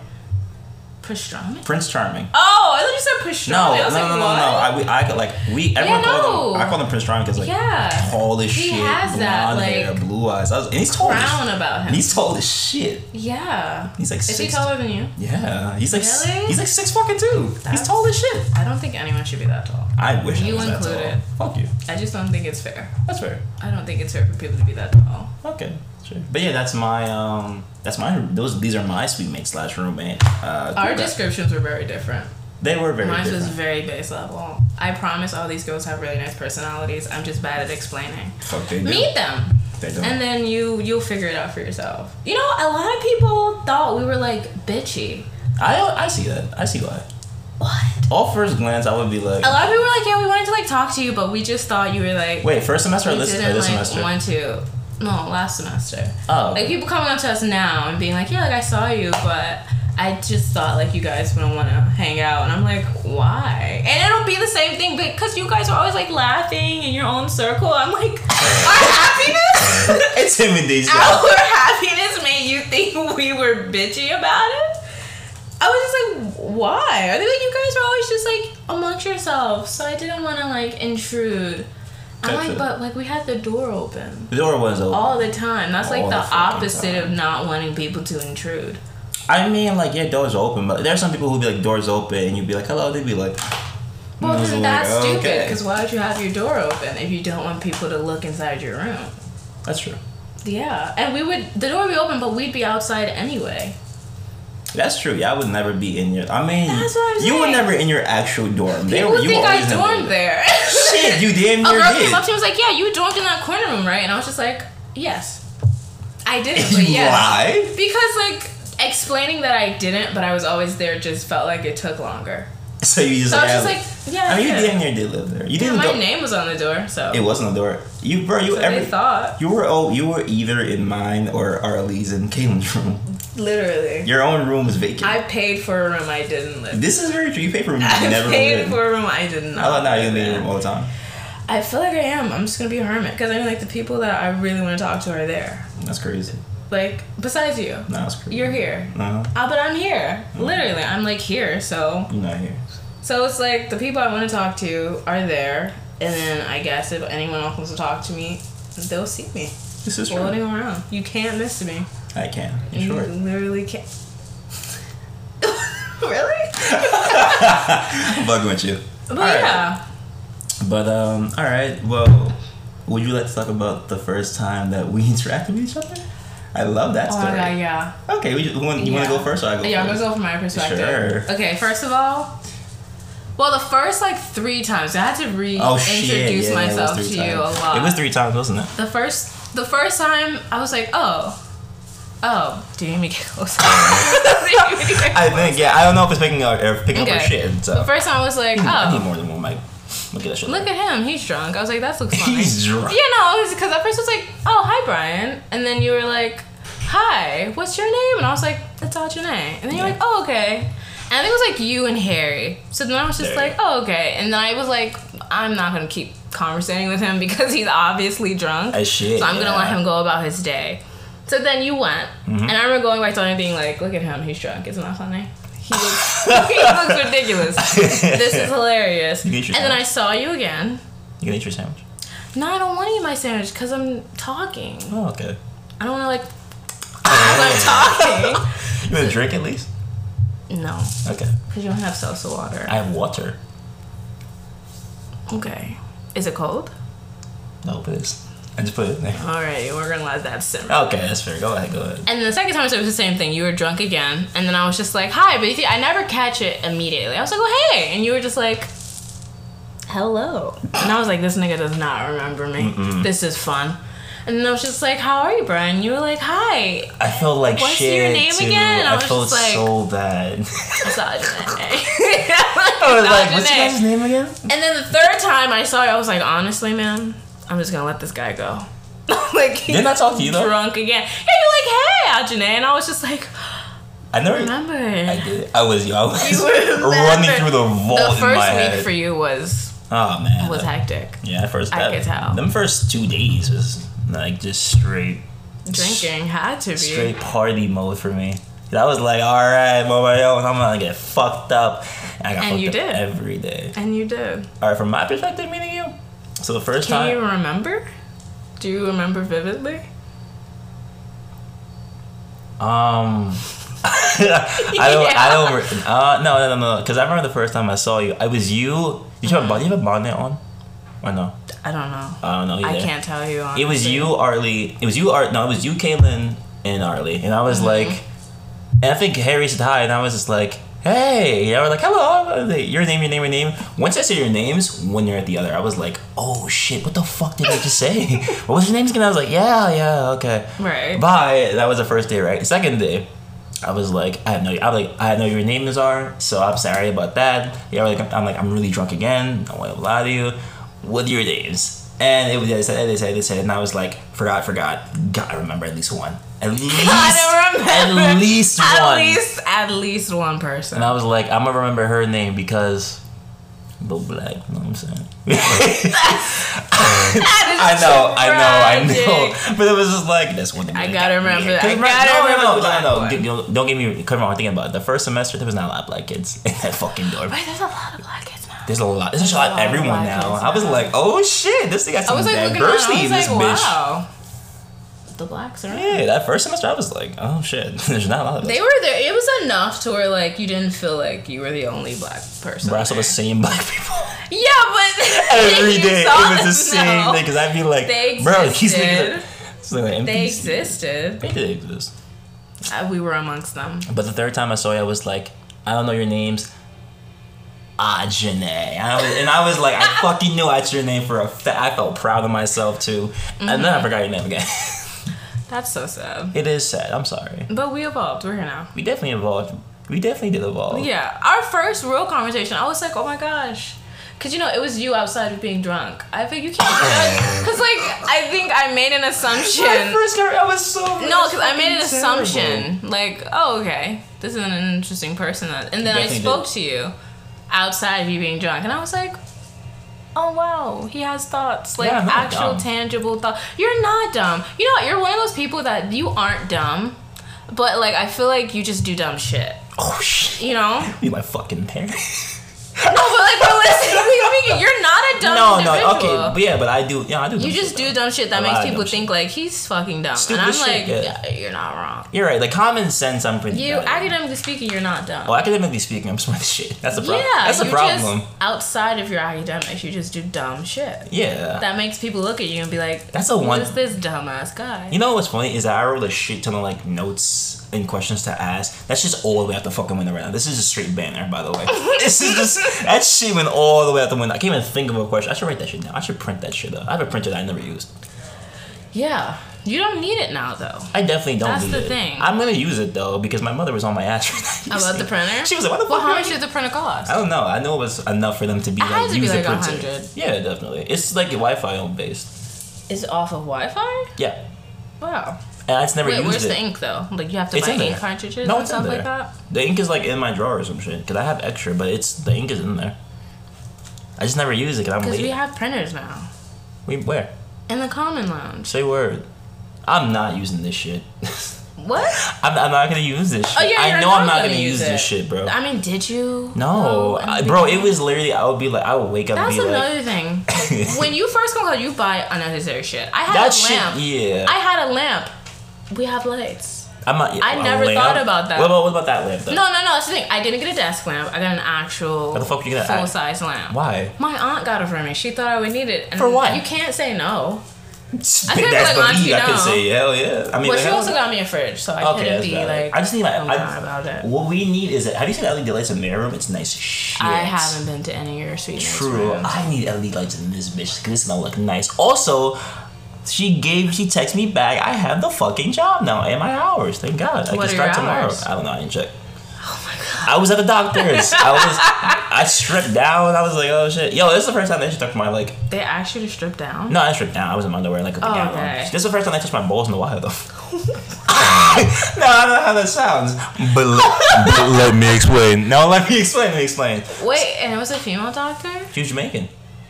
[SPEAKER 2] Pastrami?
[SPEAKER 1] Prince Charming.
[SPEAKER 2] Oh, I thought you said Pastrami.
[SPEAKER 1] No,
[SPEAKER 2] I
[SPEAKER 1] no,
[SPEAKER 2] was
[SPEAKER 1] no,
[SPEAKER 2] like,
[SPEAKER 1] no, no.
[SPEAKER 2] what?
[SPEAKER 1] I, we, I could like we. Everyone
[SPEAKER 2] Yeah,
[SPEAKER 1] called him.
[SPEAKER 2] no.
[SPEAKER 1] I called him Prince Charming because like
[SPEAKER 2] Yeah.
[SPEAKER 1] tall as
[SPEAKER 2] He
[SPEAKER 1] shit,
[SPEAKER 2] has
[SPEAKER 1] blonde
[SPEAKER 2] that,
[SPEAKER 1] hair,
[SPEAKER 2] like,
[SPEAKER 1] blue eyes. I was, and he's tall. as-
[SPEAKER 2] Brown about him.
[SPEAKER 1] and he's tall as shit.
[SPEAKER 2] yeah.
[SPEAKER 1] He's like
[SPEAKER 2] Is
[SPEAKER 1] six.
[SPEAKER 2] he taller than you?
[SPEAKER 1] Yeah, he's like s-
[SPEAKER 2] Really?
[SPEAKER 1] he's like six fucking two.
[SPEAKER 2] That's-
[SPEAKER 1] he's tall as shit.
[SPEAKER 2] I don't think anyone should be that tall.
[SPEAKER 1] I wish
[SPEAKER 2] You
[SPEAKER 1] I was that
[SPEAKER 2] included.
[SPEAKER 1] tall. Fuck you.
[SPEAKER 2] I just don't think it's fair.
[SPEAKER 1] That's fair.
[SPEAKER 2] I don't think it's fair for people to be that tall.
[SPEAKER 1] Okay, sure. But yeah, that's my um, that's my those these are my sweet mate slash roommate. Uh,
[SPEAKER 2] Our
[SPEAKER 1] cool guy.
[SPEAKER 2] descriptions were very different.
[SPEAKER 1] They were very
[SPEAKER 2] Mine was
[SPEAKER 1] different.
[SPEAKER 2] very base level. I promise all these girls have really nice personalities. I'm just bad at explaining.
[SPEAKER 1] Fuck, they do.
[SPEAKER 2] Meet them.
[SPEAKER 1] They don't.
[SPEAKER 2] And then you you'll figure it out for yourself. You know, a lot of people thought we were like bitchy.
[SPEAKER 1] I I see that. I see why.
[SPEAKER 2] What?
[SPEAKER 1] All first glance, I would be like,
[SPEAKER 2] A lot of people were like, yeah, we wanted to like talk to you, but we just thought you were like
[SPEAKER 1] wait, first semester or
[SPEAKER 2] you
[SPEAKER 1] this, or
[SPEAKER 2] didn't
[SPEAKER 1] this
[SPEAKER 2] like
[SPEAKER 1] semester?
[SPEAKER 2] want to. No, last semester.
[SPEAKER 1] oh,
[SPEAKER 2] Like people coming up to us now and being like, yeah, like I saw you, but I just thought like you guys wouldn't want to hang out, and I'm like, why? And it'll be the same thing because you guys are always like laughing in your own circle. I'm like, our happiness.
[SPEAKER 1] intimidates you.
[SPEAKER 2] our happiness made you think we were bitchy about it? I was just like, why? Are they like, you guys are always just like amongst yourselves, so I didn't want to like intrude. I'm
[SPEAKER 1] Gotcha.
[SPEAKER 2] like, but like we had the door open
[SPEAKER 1] The door was open.
[SPEAKER 2] all the time. That's like
[SPEAKER 1] All
[SPEAKER 2] the,
[SPEAKER 1] the fucking
[SPEAKER 2] opposite
[SPEAKER 1] time.
[SPEAKER 2] of not wanting people to intrude.
[SPEAKER 1] I mean, like, yeah, doors open, but there are some people who be like, doors open, and you'd be like, hello. They'd be like, and
[SPEAKER 2] Well,
[SPEAKER 1] I was
[SPEAKER 2] then
[SPEAKER 1] like,
[SPEAKER 2] that's stupid.
[SPEAKER 1] okay.
[SPEAKER 2] Because why would you have your door open if you don't want people to look inside your room?
[SPEAKER 1] That's true.
[SPEAKER 2] Yeah, and we would the door would be open, but we'd be outside anyway.
[SPEAKER 1] That's true. Yeah, I would never be in your. I mean,
[SPEAKER 2] That's what I'm
[SPEAKER 1] you were
[SPEAKER 2] saying.
[SPEAKER 1] never in your actual dorm. They
[SPEAKER 2] People
[SPEAKER 1] were. You
[SPEAKER 2] think
[SPEAKER 1] were
[SPEAKER 2] I
[SPEAKER 1] always in
[SPEAKER 2] dormed
[SPEAKER 1] the-
[SPEAKER 2] there.
[SPEAKER 1] Shit, you damn
[SPEAKER 2] a
[SPEAKER 1] near
[SPEAKER 2] girl came up
[SPEAKER 1] did.
[SPEAKER 2] to me and was like, "Yeah, you dormed in that corner room, right?" And I was just like, "Yes, I did." But
[SPEAKER 1] You
[SPEAKER 2] yes.
[SPEAKER 1] lie.
[SPEAKER 2] Because like explaining that I didn't, but I was always there, just felt like it took longer.
[SPEAKER 1] So you just
[SPEAKER 2] So
[SPEAKER 1] like,
[SPEAKER 2] I was
[SPEAKER 1] yeah.
[SPEAKER 2] just like, "Yeah."
[SPEAKER 1] I mean, you
[SPEAKER 2] yeah.
[SPEAKER 1] damn near did live there. You
[SPEAKER 2] Yeah,
[SPEAKER 1] didn't.
[SPEAKER 2] my
[SPEAKER 1] go-
[SPEAKER 2] name was on the door, so,
[SPEAKER 1] It wasn't a door. You, bro, you
[SPEAKER 2] so
[SPEAKER 1] every
[SPEAKER 2] they thought
[SPEAKER 1] you were oh, you were either in mine or Arlie's and Caitlin's room.
[SPEAKER 2] literally.
[SPEAKER 1] Your own room is vacant.
[SPEAKER 2] I paid for a room I didn't live.
[SPEAKER 1] this is very true. You pay for rooms
[SPEAKER 2] I
[SPEAKER 1] you never
[SPEAKER 2] paid
[SPEAKER 1] live in.
[SPEAKER 2] for a room I did not.
[SPEAKER 1] Oh no, you
[SPEAKER 2] live
[SPEAKER 1] live in
[SPEAKER 2] in.
[SPEAKER 1] your room all the time.
[SPEAKER 2] I feel like I am. I'm just gonna be a hermit because I mean, like the people that I really want to talk to are there.
[SPEAKER 1] That's crazy.
[SPEAKER 2] Like besides you,
[SPEAKER 1] No, that's crazy.
[SPEAKER 2] you're here.
[SPEAKER 1] No,
[SPEAKER 2] Ah, but I'm here. Literally, I'm like here. So,
[SPEAKER 1] you're not here.
[SPEAKER 2] so it's like the people I want to talk to are there, and then I guess if anyone else wants to talk to me, they'll see me
[SPEAKER 1] This is true.
[SPEAKER 2] floating around. You can't miss me.
[SPEAKER 1] I can. You
[SPEAKER 2] You
[SPEAKER 1] sure?
[SPEAKER 2] literally can't. really?
[SPEAKER 1] I'm bugging with you.
[SPEAKER 2] But
[SPEAKER 1] All right.
[SPEAKER 2] yeah,
[SPEAKER 1] But um, all right. Well, would you like to talk about the first time that we interacted with each other? I love that
[SPEAKER 2] oh
[SPEAKER 1] story.
[SPEAKER 2] my god, yeah.
[SPEAKER 1] Okay, we, we want, you want to
[SPEAKER 2] Yeah.
[SPEAKER 1] go first or I go
[SPEAKER 2] yeah, I'm
[SPEAKER 1] first?
[SPEAKER 2] gonna go from my perspective.
[SPEAKER 1] Sure.
[SPEAKER 2] Okay, first of all, well, the first like three times I had to
[SPEAKER 1] Oh shit! yeah,
[SPEAKER 2] reintroduce
[SPEAKER 1] yeah, it was
[SPEAKER 2] myself
[SPEAKER 1] three
[SPEAKER 2] to
[SPEAKER 1] times.
[SPEAKER 2] you a lot.
[SPEAKER 1] It was three times, wasn't it?
[SPEAKER 2] the first, the first time I was like, oh, oh, do you need me to get closer? Do you need me to get
[SPEAKER 1] I think yeah. I don't know if it's picking up, or picking up
[SPEAKER 2] Okay.
[SPEAKER 1] or shit. So
[SPEAKER 2] The first time I was like,
[SPEAKER 1] I need
[SPEAKER 2] oh,
[SPEAKER 1] more than one mic. Look at that shit.
[SPEAKER 2] look at him, he's drunk. I was like, that looks funny.
[SPEAKER 1] He's drunk.
[SPEAKER 2] Yeah, no, because at first I was like, oh, hi, Brian. And then you were like, hi, what's your name? And I was like, that's all Janae. And then you're
[SPEAKER 1] Yeah.
[SPEAKER 2] like, oh, okay. And I think it was like you and Harry. So then I was just
[SPEAKER 1] Harry.
[SPEAKER 2] like, oh, okay. And then I was like, I'm not going to keep conversating with him because he's obviously drunk.
[SPEAKER 1] As shit.
[SPEAKER 2] so I'm going to
[SPEAKER 1] yeah. Mm-hmm.
[SPEAKER 2] let him go about his day. So then you went. And I remember going back to him and being like, look at him, he's drunk. Isn't that funny? He looks, he looks ridiculous. This is hilarious.
[SPEAKER 1] You
[SPEAKER 2] And
[SPEAKER 1] get your
[SPEAKER 2] then I
[SPEAKER 1] sandwich.
[SPEAKER 2] saw you again.
[SPEAKER 1] You can eat your sandwich.
[SPEAKER 2] No, I don't want to eat my sandwich because I'm talking.
[SPEAKER 1] Oh okay.
[SPEAKER 2] I don't want to like. I'm talking.
[SPEAKER 1] You want a drink at least?
[SPEAKER 2] No,
[SPEAKER 1] Okay.
[SPEAKER 2] because you don't have salsa water.
[SPEAKER 1] I have water.
[SPEAKER 2] Okay. Is it cold?
[SPEAKER 1] No, but it's. I just put it in there.
[SPEAKER 2] All right, we're gonna let that simmer.
[SPEAKER 1] Okay, that's fair. Go ahead. Go ahead.
[SPEAKER 2] And the second time I said it was the same thing. You were drunk again, and then I was just like, "Hi," but you see, I never catch it immediately. I was like, "Oh, hey," and you were just like, "Hello," and I was like, "This nigga does not remember me. This is fun." And then I was just like, "How are you, Brian?" And you were like, "Hi."
[SPEAKER 1] I felt like
[SPEAKER 2] What's
[SPEAKER 1] shit.
[SPEAKER 2] your name
[SPEAKER 1] too.
[SPEAKER 2] again? And I
[SPEAKER 1] I,
[SPEAKER 2] was
[SPEAKER 1] felt
[SPEAKER 2] just like-
[SPEAKER 1] so bad.
[SPEAKER 2] I saw Janae.
[SPEAKER 1] I was
[SPEAKER 2] I
[SPEAKER 1] like,
[SPEAKER 2] saw
[SPEAKER 1] what's your
[SPEAKER 2] Janae.
[SPEAKER 1] guy's name again?
[SPEAKER 2] And then the third time I saw you, I was like, honestly, man, I'm just gonna let this guy go. like he's
[SPEAKER 1] Didn't I talk to you, though?
[SPEAKER 2] drunk again. Yeah, you're like, hey, Ajane, and I was just like,
[SPEAKER 1] I never.
[SPEAKER 2] remember.
[SPEAKER 1] I did. I was. I was
[SPEAKER 2] You remember.
[SPEAKER 1] running through the vault
[SPEAKER 2] the
[SPEAKER 1] in my
[SPEAKER 2] first week
[SPEAKER 1] head.
[SPEAKER 2] for you was
[SPEAKER 1] oh man.
[SPEAKER 2] was hectic.
[SPEAKER 1] yeah, first.
[SPEAKER 2] I
[SPEAKER 1] that,
[SPEAKER 2] could tell.
[SPEAKER 1] Them first two days was like just straight,
[SPEAKER 2] Drinking had to be.
[SPEAKER 1] straight party mode for me. 'Cause I was like, all right, I'm on my own. I'm gonna get fucked up. And I got
[SPEAKER 2] And
[SPEAKER 1] fucked
[SPEAKER 2] you
[SPEAKER 1] up
[SPEAKER 2] did.
[SPEAKER 1] every day.
[SPEAKER 2] And you did.
[SPEAKER 1] All right, from my perspective, meeting you. So the first
[SPEAKER 2] Can
[SPEAKER 1] time.
[SPEAKER 2] you remember? Do you remember vividly?
[SPEAKER 1] Um, I don't. I don't. re- Uh, no, no, no, no. Because I remember the first time I saw you. I was you. Did you have a bonnet? You have a bonnet on? Or no?
[SPEAKER 2] I don't know.
[SPEAKER 1] I don't know.
[SPEAKER 2] I
[SPEAKER 1] either.
[SPEAKER 2] can't tell you. Honestly.
[SPEAKER 1] It was you, Arlie. It was you, Art. No, it was you, Caitlin, and Arlie. And I was like, and I think Harry said hi, and I was just like, hey, you know, we're like, hello, Like, your name, your name, your name. Once I said your names, one year at the other, I was like, oh shit, what the fuck did I just say? what was your names again? I was like, yeah, yeah, okay.
[SPEAKER 2] Right.
[SPEAKER 1] Bye. That was the first day, right? Second day, I was like, I have no, I'm like, I know your names are, so I'm sorry about that. Yeah, like, I'm, I'm like, I'm really drunk again. I don't want to lie to you. What are your names? And it was they said, they said, they said, and I was like, forgot, forgot. Gotta remember at least one. At least,
[SPEAKER 2] remember.
[SPEAKER 1] at least one.
[SPEAKER 2] At least, at least one person.
[SPEAKER 1] And I was like, I'm gonna remember her name because the black, you know what I'm saying? I know, I know, I know. But it was just like that's one thing.
[SPEAKER 2] I gotta remember that. I
[SPEAKER 1] Because
[SPEAKER 2] gotta remember
[SPEAKER 1] no,
[SPEAKER 2] the black
[SPEAKER 1] no, no, no,
[SPEAKER 2] one.
[SPEAKER 1] no, no, Don't get me come wrong. Thinking about it. the first semester, there was not a lot of black kids in that fucking dorm.
[SPEAKER 2] Wait, there's a lot of black kids now.
[SPEAKER 1] There's a lot. There's a lot of
[SPEAKER 2] There's a lot of
[SPEAKER 1] everyone
[SPEAKER 2] black
[SPEAKER 1] now. I
[SPEAKER 2] kids
[SPEAKER 1] was
[SPEAKER 2] now.
[SPEAKER 1] like, oh shit, this thing got
[SPEAKER 2] I
[SPEAKER 1] some
[SPEAKER 2] was like looking around.
[SPEAKER 1] diversity
[SPEAKER 2] I
[SPEAKER 1] in
[SPEAKER 2] was
[SPEAKER 1] this
[SPEAKER 2] like,
[SPEAKER 1] bitch.
[SPEAKER 2] wow. The blacks are.
[SPEAKER 1] Yeah, that first semester, I was like, oh shit, there's not a lot of us.
[SPEAKER 2] They were there. It was enough to where like you didn't feel like you were the only black person.
[SPEAKER 1] Bro, I saw the same black people
[SPEAKER 2] Yeah, but
[SPEAKER 1] every
[SPEAKER 2] you
[SPEAKER 1] day.
[SPEAKER 2] saw
[SPEAKER 1] It was the
[SPEAKER 2] them,
[SPEAKER 1] same
[SPEAKER 2] though.
[SPEAKER 1] thing. Cause I'd be like,
[SPEAKER 2] They
[SPEAKER 1] bro, these niggas.
[SPEAKER 2] existed.
[SPEAKER 1] Are, it's like NPCs.
[SPEAKER 2] They existed.
[SPEAKER 1] They did exist.
[SPEAKER 2] Uh, we were amongst them.
[SPEAKER 1] But the third time I saw you, I was like, I don't know your names. Ah, Janae. I was, and I was like, I fucking knew that's your name for a fact. I felt proud of myself too. And
[SPEAKER 2] Mm-hmm.
[SPEAKER 1] then I forgot your name again.
[SPEAKER 2] That's so sad.
[SPEAKER 1] it is sad. I'm sorry.
[SPEAKER 2] But we evolved. We're here now.
[SPEAKER 1] We definitely evolved. We definitely did evolve.
[SPEAKER 2] Yeah, our first real conversation, I was like, oh my gosh. Cause you know it was you outside of being drunk. I think you can't. judge- Cause like I think I made an
[SPEAKER 1] My
[SPEAKER 2] assumption.
[SPEAKER 1] first time, I was so.
[SPEAKER 2] No, cause I made an assumption. Like, oh okay, this is an interesting person. That, and then I
[SPEAKER 1] Definitely
[SPEAKER 2] spoke
[SPEAKER 1] did.
[SPEAKER 2] to you outside of you being drunk, and I was like, oh wow, he has thoughts, like
[SPEAKER 1] Yeah, I'm not
[SPEAKER 2] actual
[SPEAKER 1] dumb.
[SPEAKER 2] tangible thoughts. You're not dumb. You know what? You're one of those people that you aren't dumb, but like I feel like you just do dumb shit.
[SPEAKER 1] Oh shit!
[SPEAKER 2] You know.
[SPEAKER 1] You my fucking parents.
[SPEAKER 2] No, but like realistically speaking, you're not a dumb
[SPEAKER 1] No,
[SPEAKER 2] individual.
[SPEAKER 1] no, okay, but yeah, but I do. Yeah, I do.
[SPEAKER 2] you
[SPEAKER 1] dumb shit,
[SPEAKER 2] just
[SPEAKER 1] though.
[SPEAKER 2] do dumb shit
[SPEAKER 1] A
[SPEAKER 2] that
[SPEAKER 1] lot
[SPEAKER 2] makes
[SPEAKER 1] of
[SPEAKER 2] people
[SPEAKER 1] dumb shit.
[SPEAKER 2] think like he's fucking dumb,
[SPEAKER 1] Stupid
[SPEAKER 2] and I'm
[SPEAKER 1] shit,
[SPEAKER 2] like,
[SPEAKER 1] yeah.
[SPEAKER 2] "Yeah, you're not wrong.
[SPEAKER 1] You're right. Like common sense, I'm pretty.
[SPEAKER 2] You
[SPEAKER 1] bad at.
[SPEAKER 2] academically speaking, you're not dumb.
[SPEAKER 1] Well, academically speaking, I'm smart as shit. That's a problem.
[SPEAKER 2] yeah,
[SPEAKER 1] That's a
[SPEAKER 2] you
[SPEAKER 1] problem.
[SPEAKER 2] Just, outside of your academics, you just do dumb shit.
[SPEAKER 1] yeah.
[SPEAKER 2] That makes people look at you and be like,
[SPEAKER 1] That's a
[SPEAKER 2] "Who
[SPEAKER 1] one-
[SPEAKER 2] is this dumbass guy?"
[SPEAKER 1] You know what's funny is that I wrote a shit ton of like notes and questions to ask. That's just all the way out the fucking window right now. This is a straight banner, by the way. this is just that shit went all the way out the window. I can't even think of a question. I should write that shit down. I should print that shit up. I have a printer that I never used.
[SPEAKER 2] yeah, you don't need it now though.
[SPEAKER 1] I definitely don't.
[SPEAKER 2] That's
[SPEAKER 1] need
[SPEAKER 2] the
[SPEAKER 1] it.
[SPEAKER 2] thing.
[SPEAKER 1] I'm gonna use it though because my mother was on my ass for that.
[SPEAKER 2] About the printer.
[SPEAKER 1] She was like, "Why the
[SPEAKER 2] Well,
[SPEAKER 1] fuck?"
[SPEAKER 2] how
[SPEAKER 1] are
[SPEAKER 2] much
[SPEAKER 1] you-"
[SPEAKER 2] did the printer cost?
[SPEAKER 1] I don't know. I know it was enough for them to be like
[SPEAKER 2] had to be,
[SPEAKER 1] use
[SPEAKER 2] like,
[SPEAKER 1] a printer.
[SPEAKER 2] 100.
[SPEAKER 1] Yeah, definitely. It's like Wi-Fi on based.
[SPEAKER 2] Is it off of Wi-Fi?
[SPEAKER 1] Yeah,
[SPEAKER 2] Wow.
[SPEAKER 1] and I just never
[SPEAKER 2] Wait,
[SPEAKER 1] used
[SPEAKER 2] where's
[SPEAKER 1] it.
[SPEAKER 2] the ink though? Like you have to
[SPEAKER 1] It's
[SPEAKER 2] buy
[SPEAKER 1] in there.
[SPEAKER 2] ink cartridges
[SPEAKER 1] No,
[SPEAKER 2] and
[SPEAKER 1] it's in
[SPEAKER 2] stuff like
[SPEAKER 1] there.
[SPEAKER 2] that.
[SPEAKER 1] The ink is like in my drawer or some shit. Cause I have extra, but it's the ink is in there. I just never use it cause I'm
[SPEAKER 2] Because
[SPEAKER 1] late.
[SPEAKER 2] we have printers now
[SPEAKER 1] we where?
[SPEAKER 2] in the common lounge.
[SPEAKER 1] Say word. I'm not using this shit.
[SPEAKER 2] What?
[SPEAKER 1] I'm, I'm not gonna use this shit.
[SPEAKER 2] Oh, yeah,
[SPEAKER 1] I
[SPEAKER 2] you're
[SPEAKER 1] know
[SPEAKER 2] not
[SPEAKER 1] I'm not
[SPEAKER 2] gonna
[SPEAKER 1] gonna,
[SPEAKER 2] use
[SPEAKER 1] use
[SPEAKER 2] it.
[SPEAKER 1] this shit, bro.
[SPEAKER 2] I mean, did you?
[SPEAKER 1] no,
[SPEAKER 2] No, I
[SPEAKER 1] I-
[SPEAKER 2] don't
[SPEAKER 1] bro,
[SPEAKER 2] think
[SPEAKER 1] it
[SPEAKER 2] you-
[SPEAKER 1] was literally. I would be like, I would wake up
[SPEAKER 2] That's
[SPEAKER 1] and be
[SPEAKER 2] another thing.
[SPEAKER 1] like,
[SPEAKER 2] When you first come out, you buy unnecessary shit. I had
[SPEAKER 1] that
[SPEAKER 2] a
[SPEAKER 1] shit.
[SPEAKER 2] lamp.
[SPEAKER 1] Yeah,
[SPEAKER 2] I had a lamp. We have lights.
[SPEAKER 1] I'm not.
[SPEAKER 2] I
[SPEAKER 1] I'm
[SPEAKER 2] never
[SPEAKER 1] lame.
[SPEAKER 2] thought about that.
[SPEAKER 1] What about what about that lamp? Though?
[SPEAKER 2] No, no, no. That's the thing. I didn't get a desk lamp. I got an actual
[SPEAKER 1] How the fuck you get a-
[SPEAKER 2] full size lamp.
[SPEAKER 1] Why?
[SPEAKER 2] My aunt got it for me. She thought I would need it. And
[SPEAKER 1] For what?
[SPEAKER 2] You can't say no.
[SPEAKER 1] That's
[SPEAKER 2] could've been like,
[SPEAKER 1] believe. I
[SPEAKER 2] you
[SPEAKER 1] could
[SPEAKER 2] know.
[SPEAKER 1] say hell yeah. I mean,
[SPEAKER 2] But she
[SPEAKER 1] hell-
[SPEAKER 2] also got me a fridge, so I
[SPEAKER 1] Okay,
[SPEAKER 2] couldn't
[SPEAKER 1] that's
[SPEAKER 2] be
[SPEAKER 1] valid.
[SPEAKER 2] like.
[SPEAKER 1] I just need my.
[SPEAKER 2] I'm
[SPEAKER 1] I,
[SPEAKER 2] mad about it.
[SPEAKER 1] What we need is that. Have you seen LED lights in my room? It's nice as shit.
[SPEAKER 2] I haven't been to any of your sweetness
[SPEAKER 1] True. Ah.
[SPEAKER 2] rooms.
[SPEAKER 1] I need LED lights in this bitch because it's gonna look nice. Also, she gave. She texted me back. I have the fucking job now and my hours. Thank God. I
[SPEAKER 2] What
[SPEAKER 1] can
[SPEAKER 2] are
[SPEAKER 1] start
[SPEAKER 2] your
[SPEAKER 1] tomorrow.
[SPEAKER 2] hours? Oh
[SPEAKER 1] I don't know. I didn't check. I was at the doctor's. I was, I stripped down. I was like, oh shit, yo, this is the first time they actually touched my like.
[SPEAKER 2] They asked you to strip down.
[SPEAKER 1] No, I stripped down. I was in my underwear, like a gown.
[SPEAKER 2] Oh, okay.
[SPEAKER 1] This is the first time I touched my balls in a while, though. no, I don't know how that sounds. But let, but let me explain. No, let me explain. Let me explain.
[SPEAKER 2] Wait, and it was a female doctor.
[SPEAKER 1] She was Jamaican.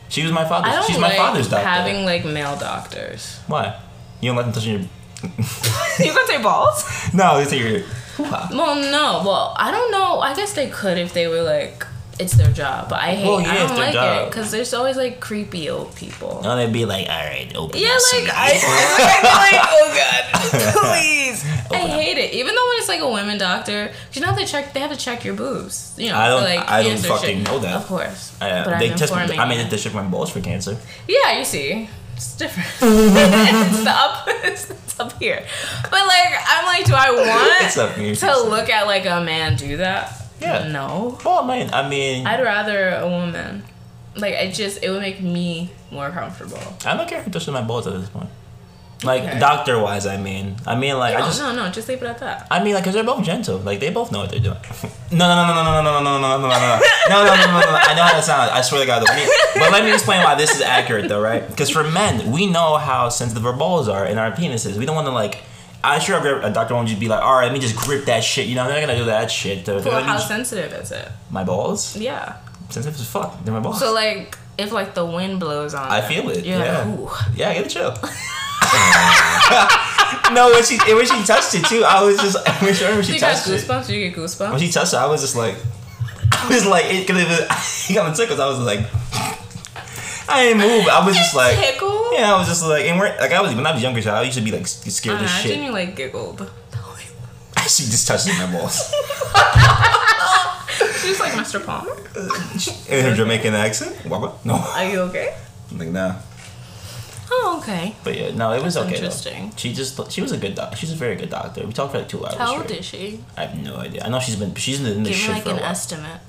[SPEAKER 1] She was my father.
[SPEAKER 2] I don't
[SPEAKER 1] She's my
[SPEAKER 2] like
[SPEAKER 1] father's doctor.
[SPEAKER 2] having like male doctors.
[SPEAKER 1] Why? You don't let them touch your.
[SPEAKER 2] you gonna say balls?
[SPEAKER 1] No, they take your. Hoo-ha.
[SPEAKER 2] Well, no. Well, I don't know. I guess they could if they were like, it's their job. But I hate.
[SPEAKER 1] Well, yeah,
[SPEAKER 2] I
[SPEAKER 1] it's
[SPEAKER 2] don't
[SPEAKER 1] their
[SPEAKER 2] like it
[SPEAKER 1] job.
[SPEAKER 2] because there's always like creepy old people.
[SPEAKER 1] No, they'd be like, all right, open
[SPEAKER 2] Yeah,
[SPEAKER 1] up
[SPEAKER 2] like
[SPEAKER 1] soon."
[SPEAKER 2] I, I feel like, oh god, please. I hate it. Even though when it's like a women doctor, 'cause you know how they check, they have to check your boobs. You know,
[SPEAKER 1] I don't-
[SPEAKER 2] for like
[SPEAKER 1] I don't
[SPEAKER 2] cancer
[SPEAKER 1] fucking
[SPEAKER 2] shit.
[SPEAKER 1] know that.
[SPEAKER 2] Of course,
[SPEAKER 1] Uh,
[SPEAKER 2] but
[SPEAKER 1] they
[SPEAKER 2] I'm
[SPEAKER 1] test.
[SPEAKER 2] informing
[SPEAKER 1] I
[SPEAKER 2] you.
[SPEAKER 1] mean, they check my balls for cancer.
[SPEAKER 2] Yeah, you see. It's different. it's the up it's, it's up here. But like I'm like, do I want
[SPEAKER 1] It's up here.
[SPEAKER 2] to look at like a man do that?
[SPEAKER 1] Yeah.
[SPEAKER 2] No.
[SPEAKER 1] Well, I mean, I mean, I,
[SPEAKER 2] I'd rather a woman. Like it just it would make me more comfortable.
[SPEAKER 1] don't care who touches my balls at this point. Like
[SPEAKER 2] Okay.
[SPEAKER 1] doctor wise, I mean, I mean, like
[SPEAKER 2] No,
[SPEAKER 1] I just,
[SPEAKER 2] Oh, no, no, just leave it at that.
[SPEAKER 1] I mean, like, cause they're both gentle. Like they both know what they're doing. No, no, no, no, no, no, no, no, no, no, no, no, no, no, no, no, no, no. I know how that sounds. I swear to God. Let me, but let me explain why this is accurate, though, right? Because for men, we know how sensitive our balls are and our penises. We don't want to like. I'm sure a gr- a doctor won't just be like, all right, let me just grip that shit. You know, they're not gonna do that shit. They're, they're
[SPEAKER 2] Well,
[SPEAKER 1] gonna
[SPEAKER 2] how
[SPEAKER 1] be-
[SPEAKER 2] sensitive is it?
[SPEAKER 1] my balls,
[SPEAKER 2] Yeah.
[SPEAKER 1] sensitive as fuck. They're my balls.
[SPEAKER 2] So like if like the wind blows on
[SPEAKER 1] I
[SPEAKER 2] them,
[SPEAKER 1] feel it.
[SPEAKER 2] you're
[SPEAKER 1] yeah.
[SPEAKER 2] like, ooh.
[SPEAKER 1] Yeah, I get a chill. no, when she when she touched it too, I was just I was sure when she
[SPEAKER 2] You got
[SPEAKER 1] touched it.
[SPEAKER 2] goosebumps? You get
[SPEAKER 1] When
[SPEAKER 2] goosebumps?
[SPEAKER 1] she touched it, I was just like, I was like, it could have. He got me tickles. I was like, I didn't move. I was just like,
[SPEAKER 2] Tickle?
[SPEAKER 1] yeah, I was just like, and we're like, I was when I was younger, child, I used to be like s- scared as
[SPEAKER 2] Imagine
[SPEAKER 1] shit.
[SPEAKER 2] you like giggled.
[SPEAKER 1] She just touched my balls
[SPEAKER 2] She's like Mr. Palmer.
[SPEAKER 1] in her Jamaican accent. Wabba. No,
[SPEAKER 2] Are you okay?
[SPEAKER 1] I'm like nah.
[SPEAKER 2] Oh, okay.
[SPEAKER 1] But yeah, no, it was
[SPEAKER 2] That's
[SPEAKER 1] okay. though.
[SPEAKER 2] interesting.
[SPEAKER 1] She just she was a good doc. She's a very good doctor. We talked for like two hours.
[SPEAKER 2] How old
[SPEAKER 1] straight.
[SPEAKER 2] is she?
[SPEAKER 1] I have no idea. I know she's been she's in this
[SPEAKER 2] Give me
[SPEAKER 1] shit
[SPEAKER 2] like
[SPEAKER 1] for a
[SPEAKER 2] an
[SPEAKER 1] while.
[SPEAKER 2] estimate.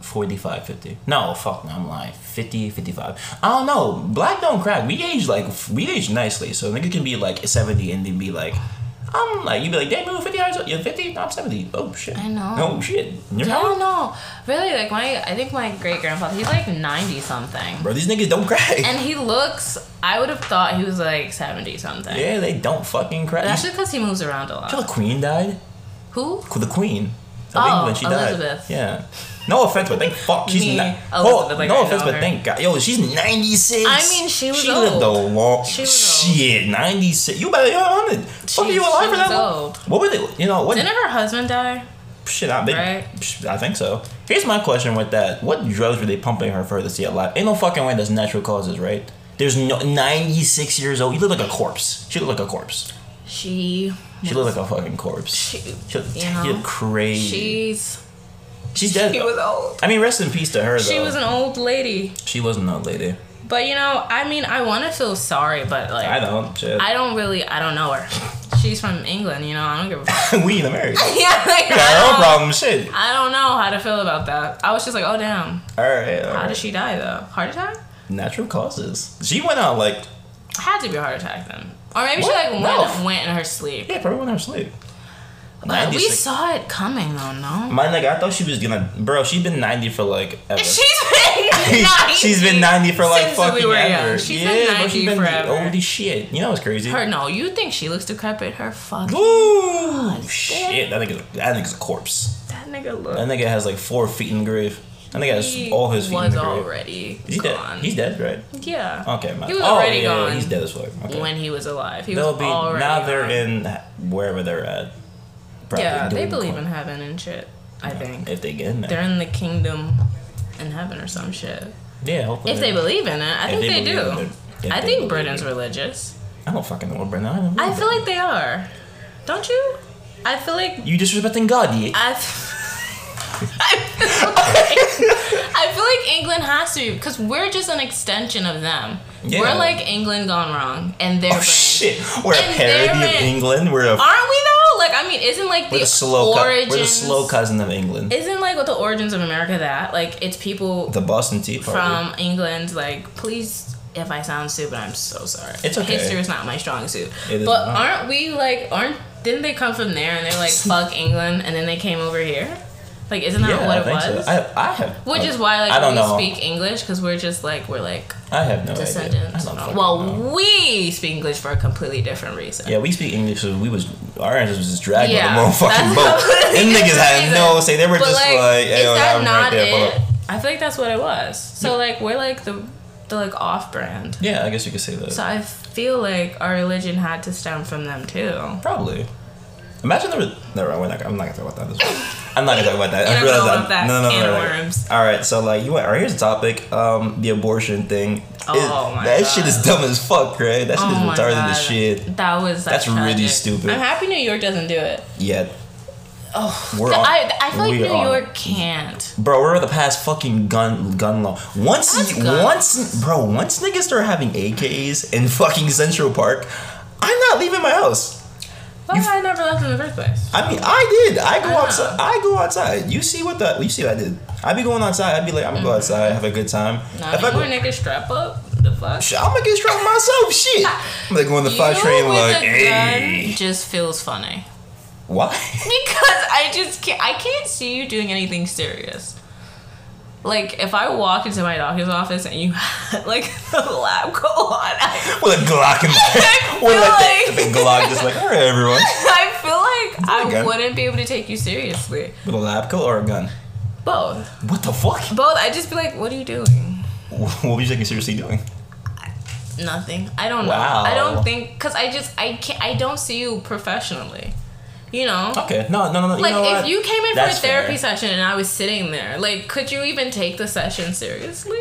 [SPEAKER 1] 45, 50. No, fuck no, I'm lying. 50, 55. I don't know. Black don't crack. We age like we age nicely. So niggas can be like 70 and then be like, I'm like you'd be like, damn, you were 50 hours old. You're 50? No, I'm 70. Oh shit.
[SPEAKER 2] I know.
[SPEAKER 1] Oh shit. You're
[SPEAKER 2] I
[SPEAKER 1] how
[SPEAKER 2] don't know. Really, like my I think my great grandfather, he's like ninety something.
[SPEAKER 1] Bro, these niggas don't crack.
[SPEAKER 2] And he looks I would have thought he was like seventy something.
[SPEAKER 1] yeah, they don't fucking crack.
[SPEAKER 2] That's
[SPEAKER 1] You
[SPEAKER 2] just because he moves around a
[SPEAKER 1] know
[SPEAKER 2] lot.
[SPEAKER 1] the queen died?
[SPEAKER 2] Who?
[SPEAKER 1] The queen. Of
[SPEAKER 2] Oh,
[SPEAKER 1] England, she
[SPEAKER 2] Elizabeth.
[SPEAKER 1] died. Yeah. No offense, but thank fuck, she's
[SPEAKER 2] Me,
[SPEAKER 1] not.
[SPEAKER 2] Elizabeth, like, I
[SPEAKER 1] no
[SPEAKER 2] know
[SPEAKER 1] offense, but
[SPEAKER 2] her.
[SPEAKER 1] thank God. Yo, she's 96.
[SPEAKER 2] I mean, she was
[SPEAKER 1] She lived a
[SPEAKER 2] old.
[SPEAKER 1] long.
[SPEAKER 2] She was old.
[SPEAKER 1] shit, 96. You better, you're 100. Fuck,
[SPEAKER 2] She-
[SPEAKER 1] you
[SPEAKER 2] she
[SPEAKER 1] alive for that
[SPEAKER 2] was
[SPEAKER 1] long?
[SPEAKER 2] old.
[SPEAKER 1] What were they? You know, what?
[SPEAKER 2] Didn't her husband die?
[SPEAKER 1] Shit, I, think.
[SPEAKER 2] Right.
[SPEAKER 1] psh, I think so. Here's my question with that. What drugs were they pumping her for her to stay alive? Ain't no fucking way that's natural causes, right? There's no 96 years old. You look like a corpse. She looked like a corpse.
[SPEAKER 2] She
[SPEAKER 1] She looked like a fucking corpse.
[SPEAKER 2] She-
[SPEAKER 1] she looked,
[SPEAKER 2] you know,
[SPEAKER 1] you look crazy.
[SPEAKER 2] she's
[SPEAKER 1] she's dead.
[SPEAKER 2] she
[SPEAKER 1] though.
[SPEAKER 2] was old.
[SPEAKER 1] I mean, rest in peace to her.
[SPEAKER 2] She
[SPEAKER 1] though.
[SPEAKER 2] was an old lady.
[SPEAKER 1] She wasn't a lady.
[SPEAKER 2] But you know, I mean I wanna feel sorry, but like
[SPEAKER 1] I don't. Shit.
[SPEAKER 2] I don't really I don't know her. She's from England, you know, I don't give a fuck.
[SPEAKER 1] we in America.
[SPEAKER 2] yeah, like,
[SPEAKER 1] Yeah, no
[SPEAKER 2] I, don't,
[SPEAKER 1] problem. Shit.
[SPEAKER 2] I don't know how to feel about that. I was just like, oh damn.
[SPEAKER 1] All right. All
[SPEAKER 2] How did
[SPEAKER 1] right.
[SPEAKER 2] she die though? Heart attack?
[SPEAKER 1] Natural causes. She went out like
[SPEAKER 2] Had to be a heart attack then. Or maybe
[SPEAKER 1] What?
[SPEAKER 2] she like
[SPEAKER 1] No.
[SPEAKER 2] went, went in her sleep.
[SPEAKER 1] yeah, probably went out of sleep.
[SPEAKER 2] But we
[SPEAKER 1] 96.
[SPEAKER 2] saw it coming though, no?
[SPEAKER 1] My nigga, I thought she was gonna. Bro, she's been ninety for like ever.
[SPEAKER 2] She's been 90.
[SPEAKER 1] she's been ninety for like
[SPEAKER 2] since we
[SPEAKER 1] fucking
[SPEAKER 2] were young.
[SPEAKER 1] ever.
[SPEAKER 2] She's
[SPEAKER 1] yeah,
[SPEAKER 2] been
[SPEAKER 1] bro,
[SPEAKER 2] 90
[SPEAKER 1] she's been
[SPEAKER 2] forever.
[SPEAKER 1] Holy shit! You know what's crazy?
[SPEAKER 2] Her no, you think she looks decrepit? Her fucking
[SPEAKER 1] Ooh, shit! That nigga, that nigga's a corpse.
[SPEAKER 2] that nigga
[SPEAKER 1] That
[SPEAKER 2] look.
[SPEAKER 1] nigga has like four feet in the grave. That nigga
[SPEAKER 2] He
[SPEAKER 1] has all his feet in
[SPEAKER 2] was
[SPEAKER 1] the grave.
[SPEAKER 2] already
[SPEAKER 1] He's
[SPEAKER 2] gone.
[SPEAKER 1] dead. He's dead, right?
[SPEAKER 2] yeah.
[SPEAKER 1] Okay, man.
[SPEAKER 2] He was
[SPEAKER 1] oh,
[SPEAKER 2] already
[SPEAKER 1] yeah,
[SPEAKER 2] gone.
[SPEAKER 1] He's dead as fuck. Okay.
[SPEAKER 2] When he was alive, he
[SPEAKER 1] They'll
[SPEAKER 2] was
[SPEAKER 1] be
[SPEAKER 2] already
[SPEAKER 1] now they're
[SPEAKER 2] gone.
[SPEAKER 1] in wherever they're at. Probably
[SPEAKER 2] Yeah, they
[SPEAKER 1] doing
[SPEAKER 2] believe
[SPEAKER 1] coke.
[SPEAKER 2] in heaven and shit. I think
[SPEAKER 1] if they get in there.
[SPEAKER 2] they're in the kingdom in heaven or some shit.
[SPEAKER 1] yeah, hopefully.
[SPEAKER 2] If they believe in it, I think they,
[SPEAKER 1] believe in
[SPEAKER 2] do.
[SPEAKER 1] it, if
[SPEAKER 2] I
[SPEAKER 1] they
[SPEAKER 2] think
[SPEAKER 1] believe
[SPEAKER 2] Britain's
[SPEAKER 1] it.
[SPEAKER 2] religious.
[SPEAKER 1] I don't fucking know what Britain. I, don't know
[SPEAKER 2] I feel
[SPEAKER 1] Britain.
[SPEAKER 2] like they are. Don't you? I feel like
[SPEAKER 1] you disrespecting God. Yeah.
[SPEAKER 2] I. feel like- I feel like England has to be because we're just an extension of them.
[SPEAKER 1] Yeah.
[SPEAKER 2] We're like England gone wrong, and their
[SPEAKER 1] Oh
[SPEAKER 2] brand.
[SPEAKER 1] shit! We're a
[SPEAKER 2] And
[SPEAKER 1] parody
[SPEAKER 2] they're
[SPEAKER 1] of
[SPEAKER 2] in-
[SPEAKER 1] England. We're a
[SPEAKER 2] Aren't we though? Like I mean, isn't like
[SPEAKER 1] we're
[SPEAKER 2] the
[SPEAKER 1] the slow cou-
[SPEAKER 2] origins?
[SPEAKER 1] we're the slow cousin of England.
[SPEAKER 2] Isn't like what the origins of America that like it's people
[SPEAKER 1] the Boston Tea Party.
[SPEAKER 2] from uh, England. Like, please, if I sound stupid, I'm so sorry.
[SPEAKER 1] It's okay.
[SPEAKER 2] History is not my strong suit.
[SPEAKER 1] It is
[SPEAKER 2] but
[SPEAKER 1] not.
[SPEAKER 2] aren't we like aren't didn't they come from there and they're like fuck England and then they came over here? Like, isn't that
[SPEAKER 1] yeah,
[SPEAKER 2] what
[SPEAKER 1] I
[SPEAKER 2] it
[SPEAKER 1] think
[SPEAKER 2] was?
[SPEAKER 1] so. I, I have.
[SPEAKER 2] Which is why like
[SPEAKER 1] I don't
[SPEAKER 2] we
[SPEAKER 1] know.
[SPEAKER 2] speak English because we're just like we're like
[SPEAKER 1] I have no idea. I
[SPEAKER 2] descendants.
[SPEAKER 1] don't fucking
[SPEAKER 2] Well,
[SPEAKER 1] know.
[SPEAKER 2] we speak English for a completely different reason.
[SPEAKER 1] Yeah, we speak English, so we was our ancestors was just dragged
[SPEAKER 2] Yeah,
[SPEAKER 1] on the motherfucking
[SPEAKER 2] that's
[SPEAKER 1] boat.
[SPEAKER 2] completely
[SPEAKER 1] Them niggas had
[SPEAKER 2] amazing.
[SPEAKER 1] no say. They were
[SPEAKER 2] But
[SPEAKER 1] just
[SPEAKER 2] like,
[SPEAKER 1] like,
[SPEAKER 2] is
[SPEAKER 1] "Hey, yo,
[SPEAKER 2] that
[SPEAKER 1] I'm
[SPEAKER 2] not
[SPEAKER 1] right there."
[SPEAKER 2] it?
[SPEAKER 1] But,
[SPEAKER 2] I feel like that's what it was. So like we're like the the like off brand.
[SPEAKER 1] yeah, I guess you could say that.
[SPEAKER 2] So I feel like our religion had to stem from them too.
[SPEAKER 1] Probably. Imagine there was. Never mind. We're not, I'm not gonna talk about that. This one. I'm not gonna talk about that.
[SPEAKER 2] You're
[SPEAKER 1] I
[SPEAKER 2] not
[SPEAKER 1] realized
[SPEAKER 2] gonna
[SPEAKER 1] that.
[SPEAKER 2] open up that
[SPEAKER 1] no, no, no,
[SPEAKER 2] can
[SPEAKER 1] no,
[SPEAKER 2] of
[SPEAKER 1] no.
[SPEAKER 2] worms.
[SPEAKER 1] All right. So like, you went. All right. Here's the topic. Um, the abortion thing.
[SPEAKER 2] Oh, my
[SPEAKER 1] That
[SPEAKER 2] God.
[SPEAKER 1] shit is dumb as fuck, right? That shit
[SPEAKER 2] Oh my
[SPEAKER 1] is retarded
[SPEAKER 2] god,
[SPEAKER 1] as shit.
[SPEAKER 2] that was
[SPEAKER 1] That's really
[SPEAKER 2] tragic.
[SPEAKER 1] stupid.
[SPEAKER 2] I'm happy New York doesn't do it.
[SPEAKER 1] Yet. Oh. We're on,
[SPEAKER 2] I, I feel like
[SPEAKER 1] we
[SPEAKER 2] New
[SPEAKER 1] are-
[SPEAKER 2] York can't.
[SPEAKER 1] Bro, we're the past fucking gun gun law. Once
[SPEAKER 2] That's
[SPEAKER 1] you,
[SPEAKER 2] guns.
[SPEAKER 1] once bro, once niggas start having AKs in fucking Central Park, I'm not leaving my house.
[SPEAKER 2] Why
[SPEAKER 1] You-
[SPEAKER 2] I never left in the first place?
[SPEAKER 1] I mean, I did. I go
[SPEAKER 2] I know.
[SPEAKER 1] outside. I go outside. You see what the you see what I did? I be going outside. I be like, I'm gonna go outside, have a good time.
[SPEAKER 2] Mm-hmm. Nah,
[SPEAKER 1] if I
[SPEAKER 2] you
[SPEAKER 1] go,
[SPEAKER 2] were nigga strap up. The fuck?
[SPEAKER 1] I'm gonna get struck myself. Shit. I'm gonna go on the fire train
[SPEAKER 2] with
[SPEAKER 1] like,
[SPEAKER 2] a
[SPEAKER 1] hey,
[SPEAKER 2] gun just feels funny
[SPEAKER 1] why?
[SPEAKER 2] because I just can't. I can't see you doing anything serious. Like if I walk into my doctor's office and you had like the lab coat on, I,
[SPEAKER 1] With a Glock in
[SPEAKER 2] I
[SPEAKER 1] there. With like that
[SPEAKER 2] feel
[SPEAKER 1] the big Glock, just like, all right, everyone.
[SPEAKER 2] I feel like I
[SPEAKER 1] gun.
[SPEAKER 2] wouldn't be able to take you seriously.
[SPEAKER 1] With a lab coat or a gun?
[SPEAKER 2] Both,
[SPEAKER 1] What the fuck?
[SPEAKER 2] both. I'd just be like, what are you doing?
[SPEAKER 1] What were you taking seriously doing?
[SPEAKER 2] Nothing. I don't
[SPEAKER 1] Wow.
[SPEAKER 2] know. I don't think because I just I can't. I don't see you professionally. You know.
[SPEAKER 1] Okay, no, no, no, no.
[SPEAKER 2] Like
[SPEAKER 1] Oh, you know
[SPEAKER 2] if
[SPEAKER 1] what?
[SPEAKER 2] you came in for a
[SPEAKER 1] That's
[SPEAKER 2] therapy
[SPEAKER 1] fair.
[SPEAKER 2] session and I was sitting there, like could you even take the session seriously?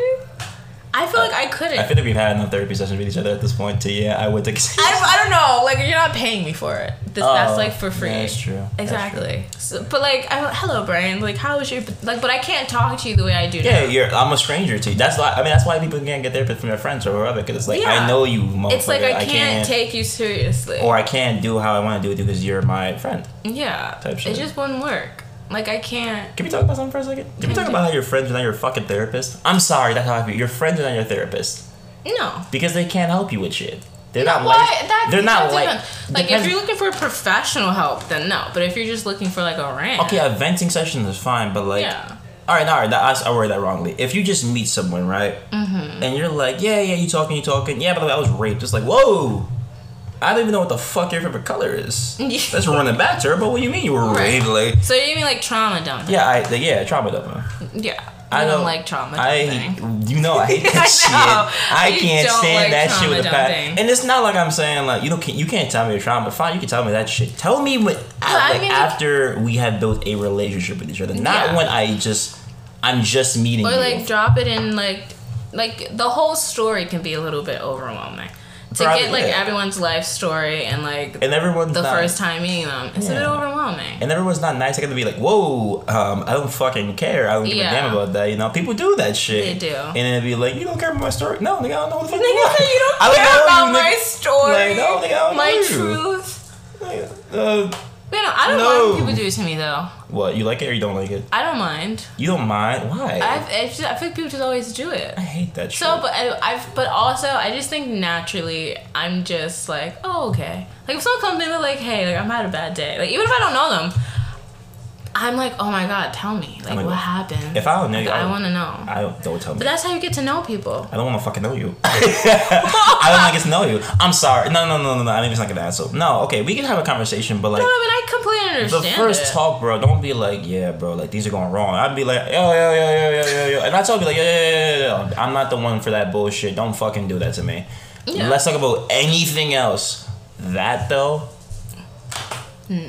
[SPEAKER 2] I feel like I couldn't.
[SPEAKER 1] Uh, I
[SPEAKER 2] I,
[SPEAKER 1] feel like we've had enough therapy sessions with each other at this point. To yeah, I would take.
[SPEAKER 2] I, don't know. Like you're not paying me for it. This,
[SPEAKER 1] Oh,
[SPEAKER 2] that's like for free.
[SPEAKER 1] That's true. That's true.
[SPEAKER 2] Exactly. So, but like, I, hello, Brian. Like, how was your like? But I can't talk to you the way I do.
[SPEAKER 1] Yeah,
[SPEAKER 2] now.
[SPEAKER 1] you're. I'm a stranger to you. That's why. I mean, that's why people can't get therapy from their friends or whatever. Because it's like I
[SPEAKER 2] Yeah.
[SPEAKER 1] know you. Motherfucker.
[SPEAKER 2] It's like I can't, take you seriously.
[SPEAKER 1] or I can't do how I want to do it because you're my friend.
[SPEAKER 2] yeah,
[SPEAKER 1] type shit.
[SPEAKER 2] it just wouldn't work. Like I can't.
[SPEAKER 1] Can we talk about something for a second? Can we talk
[SPEAKER 2] Mhm.
[SPEAKER 1] about how your friends are not your fucking therapist? I'm sorry, that's how I feel. Your friends are not your therapist.
[SPEAKER 2] No.
[SPEAKER 1] because they can't help you with shit. They're not
[SPEAKER 2] What?
[SPEAKER 1] like
[SPEAKER 2] That,
[SPEAKER 1] they're not
[SPEAKER 2] that
[SPEAKER 1] like
[SPEAKER 2] depends. like
[SPEAKER 1] depends-
[SPEAKER 2] if you're looking for professional help, then no. But if you're just looking for like a rant,
[SPEAKER 1] okay. A venting session is fine, but like.
[SPEAKER 2] Yeah.
[SPEAKER 1] All right, all right. That, I, I word that wrongly. If you just meet someone, right, mm-hmm. and you're like, yeah, yeah, you talking, you talking, yeah, but I was raped. It's like, whoa, I don't even know what the fuck your favorite color is.
[SPEAKER 2] Yeah.
[SPEAKER 1] Let's run it back to her. But what do you mean you were
[SPEAKER 2] Right.
[SPEAKER 1] raped? Like,
[SPEAKER 2] So you mean like trauma dumping?
[SPEAKER 1] yeah, I, like, yeah, trauma dump.
[SPEAKER 2] Yeah.
[SPEAKER 1] I
[SPEAKER 2] I
[SPEAKER 1] don't-
[SPEAKER 2] don't like trauma
[SPEAKER 1] I,
[SPEAKER 2] dumping.
[SPEAKER 1] you know, I hate that shit.
[SPEAKER 2] know.
[SPEAKER 1] I
[SPEAKER 2] You
[SPEAKER 1] can't
[SPEAKER 2] don't
[SPEAKER 1] stand
[SPEAKER 2] like
[SPEAKER 1] that shit with a
[SPEAKER 2] trauma
[SPEAKER 1] pat.
[SPEAKER 2] dumping.
[SPEAKER 1] And it's not like I'm saying like you don't can, you can't tell me your trauma. Fine, you can tell me that shit. Tell me when
[SPEAKER 2] I
[SPEAKER 1] like,
[SPEAKER 2] mean-
[SPEAKER 1] after we have built a relationship with each other, not
[SPEAKER 2] Yeah.
[SPEAKER 1] when I just I'm just meeting
[SPEAKER 2] Or
[SPEAKER 1] you.
[SPEAKER 2] like drop it in like like the whole story can be a little bit overwhelming. To
[SPEAKER 1] Probably,
[SPEAKER 2] get like
[SPEAKER 1] yeah.
[SPEAKER 2] everyone's life story and like
[SPEAKER 1] and everyone's
[SPEAKER 2] the
[SPEAKER 1] not,
[SPEAKER 2] first time meeting them, it's a bit
[SPEAKER 1] Yeah.
[SPEAKER 2] overwhelming.
[SPEAKER 1] and everyone's not nice. I gotta be like, whoa, um, I don't fucking care. I don't give a
[SPEAKER 2] Yeah.
[SPEAKER 1] damn about that. You know, people do that shit.
[SPEAKER 2] They do.
[SPEAKER 1] And then it'd be like, you don't care about my story. No, nigga, I don't know what the fuck you
[SPEAKER 2] Nigga,
[SPEAKER 1] want.
[SPEAKER 2] you don't
[SPEAKER 1] I
[SPEAKER 2] care
[SPEAKER 1] know
[SPEAKER 2] about
[SPEAKER 1] you,
[SPEAKER 2] my
[SPEAKER 1] nigga.
[SPEAKER 2] story,
[SPEAKER 1] Like, no, nigga, I don't
[SPEAKER 2] my
[SPEAKER 1] know you.
[SPEAKER 2] truth.
[SPEAKER 1] Uh,
[SPEAKER 2] You know, I don't
[SPEAKER 1] No.
[SPEAKER 2] mind when people do it to me though.
[SPEAKER 1] what you like it or you don't like it?
[SPEAKER 2] I don't mind.
[SPEAKER 1] You don't mind? Why?
[SPEAKER 2] I've, I just, I feel like people just always do it.
[SPEAKER 1] I hate that shit.
[SPEAKER 2] So, but I, I've, but also, I just think naturally, I'm just like, oh, okay. Like if someone comes in, they're like, hey, like I'm had a bad day. Like even if I don't know them, I'm like, oh my god, tell me, like
[SPEAKER 1] my
[SPEAKER 2] what
[SPEAKER 1] God.
[SPEAKER 2] happened.
[SPEAKER 1] if I don't know
[SPEAKER 2] Like,
[SPEAKER 1] you,
[SPEAKER 2] I
[SPEAKER 1] I,
[SPEAKER 2] want to know.
[SPEAKER 1] I don't, don't tell me.
[SPEAKER 2] But that's how you get to know people.
[SPEAKER 1] I don't want to fucking know you. I don't want to get to know you. I'm sorry. No, no, no, no, no. I mean, it's not an asshole. No, okay, we can have a conversation, but like
[SPEAKER 2] No, I mean, I completely
[SPEAKER 1] the
[SPEAKER 2] understand.
[SPEAKER 1] first
[SPEAKER 2] it.
[SPEAKER 1] talk, bro, don't be like, yeah, bro, like these are going wrong. I'd be like, yo, yo, yo, yo, yo, yo, yo, and I tell you like, yo, yo, yo, yo, yo, I'm not the one for that bullshit. Don't fucking do that to me.
[SPEAKER 2] Yeah.
[SPEAKER 1] Let's talk about anything else. That though. No,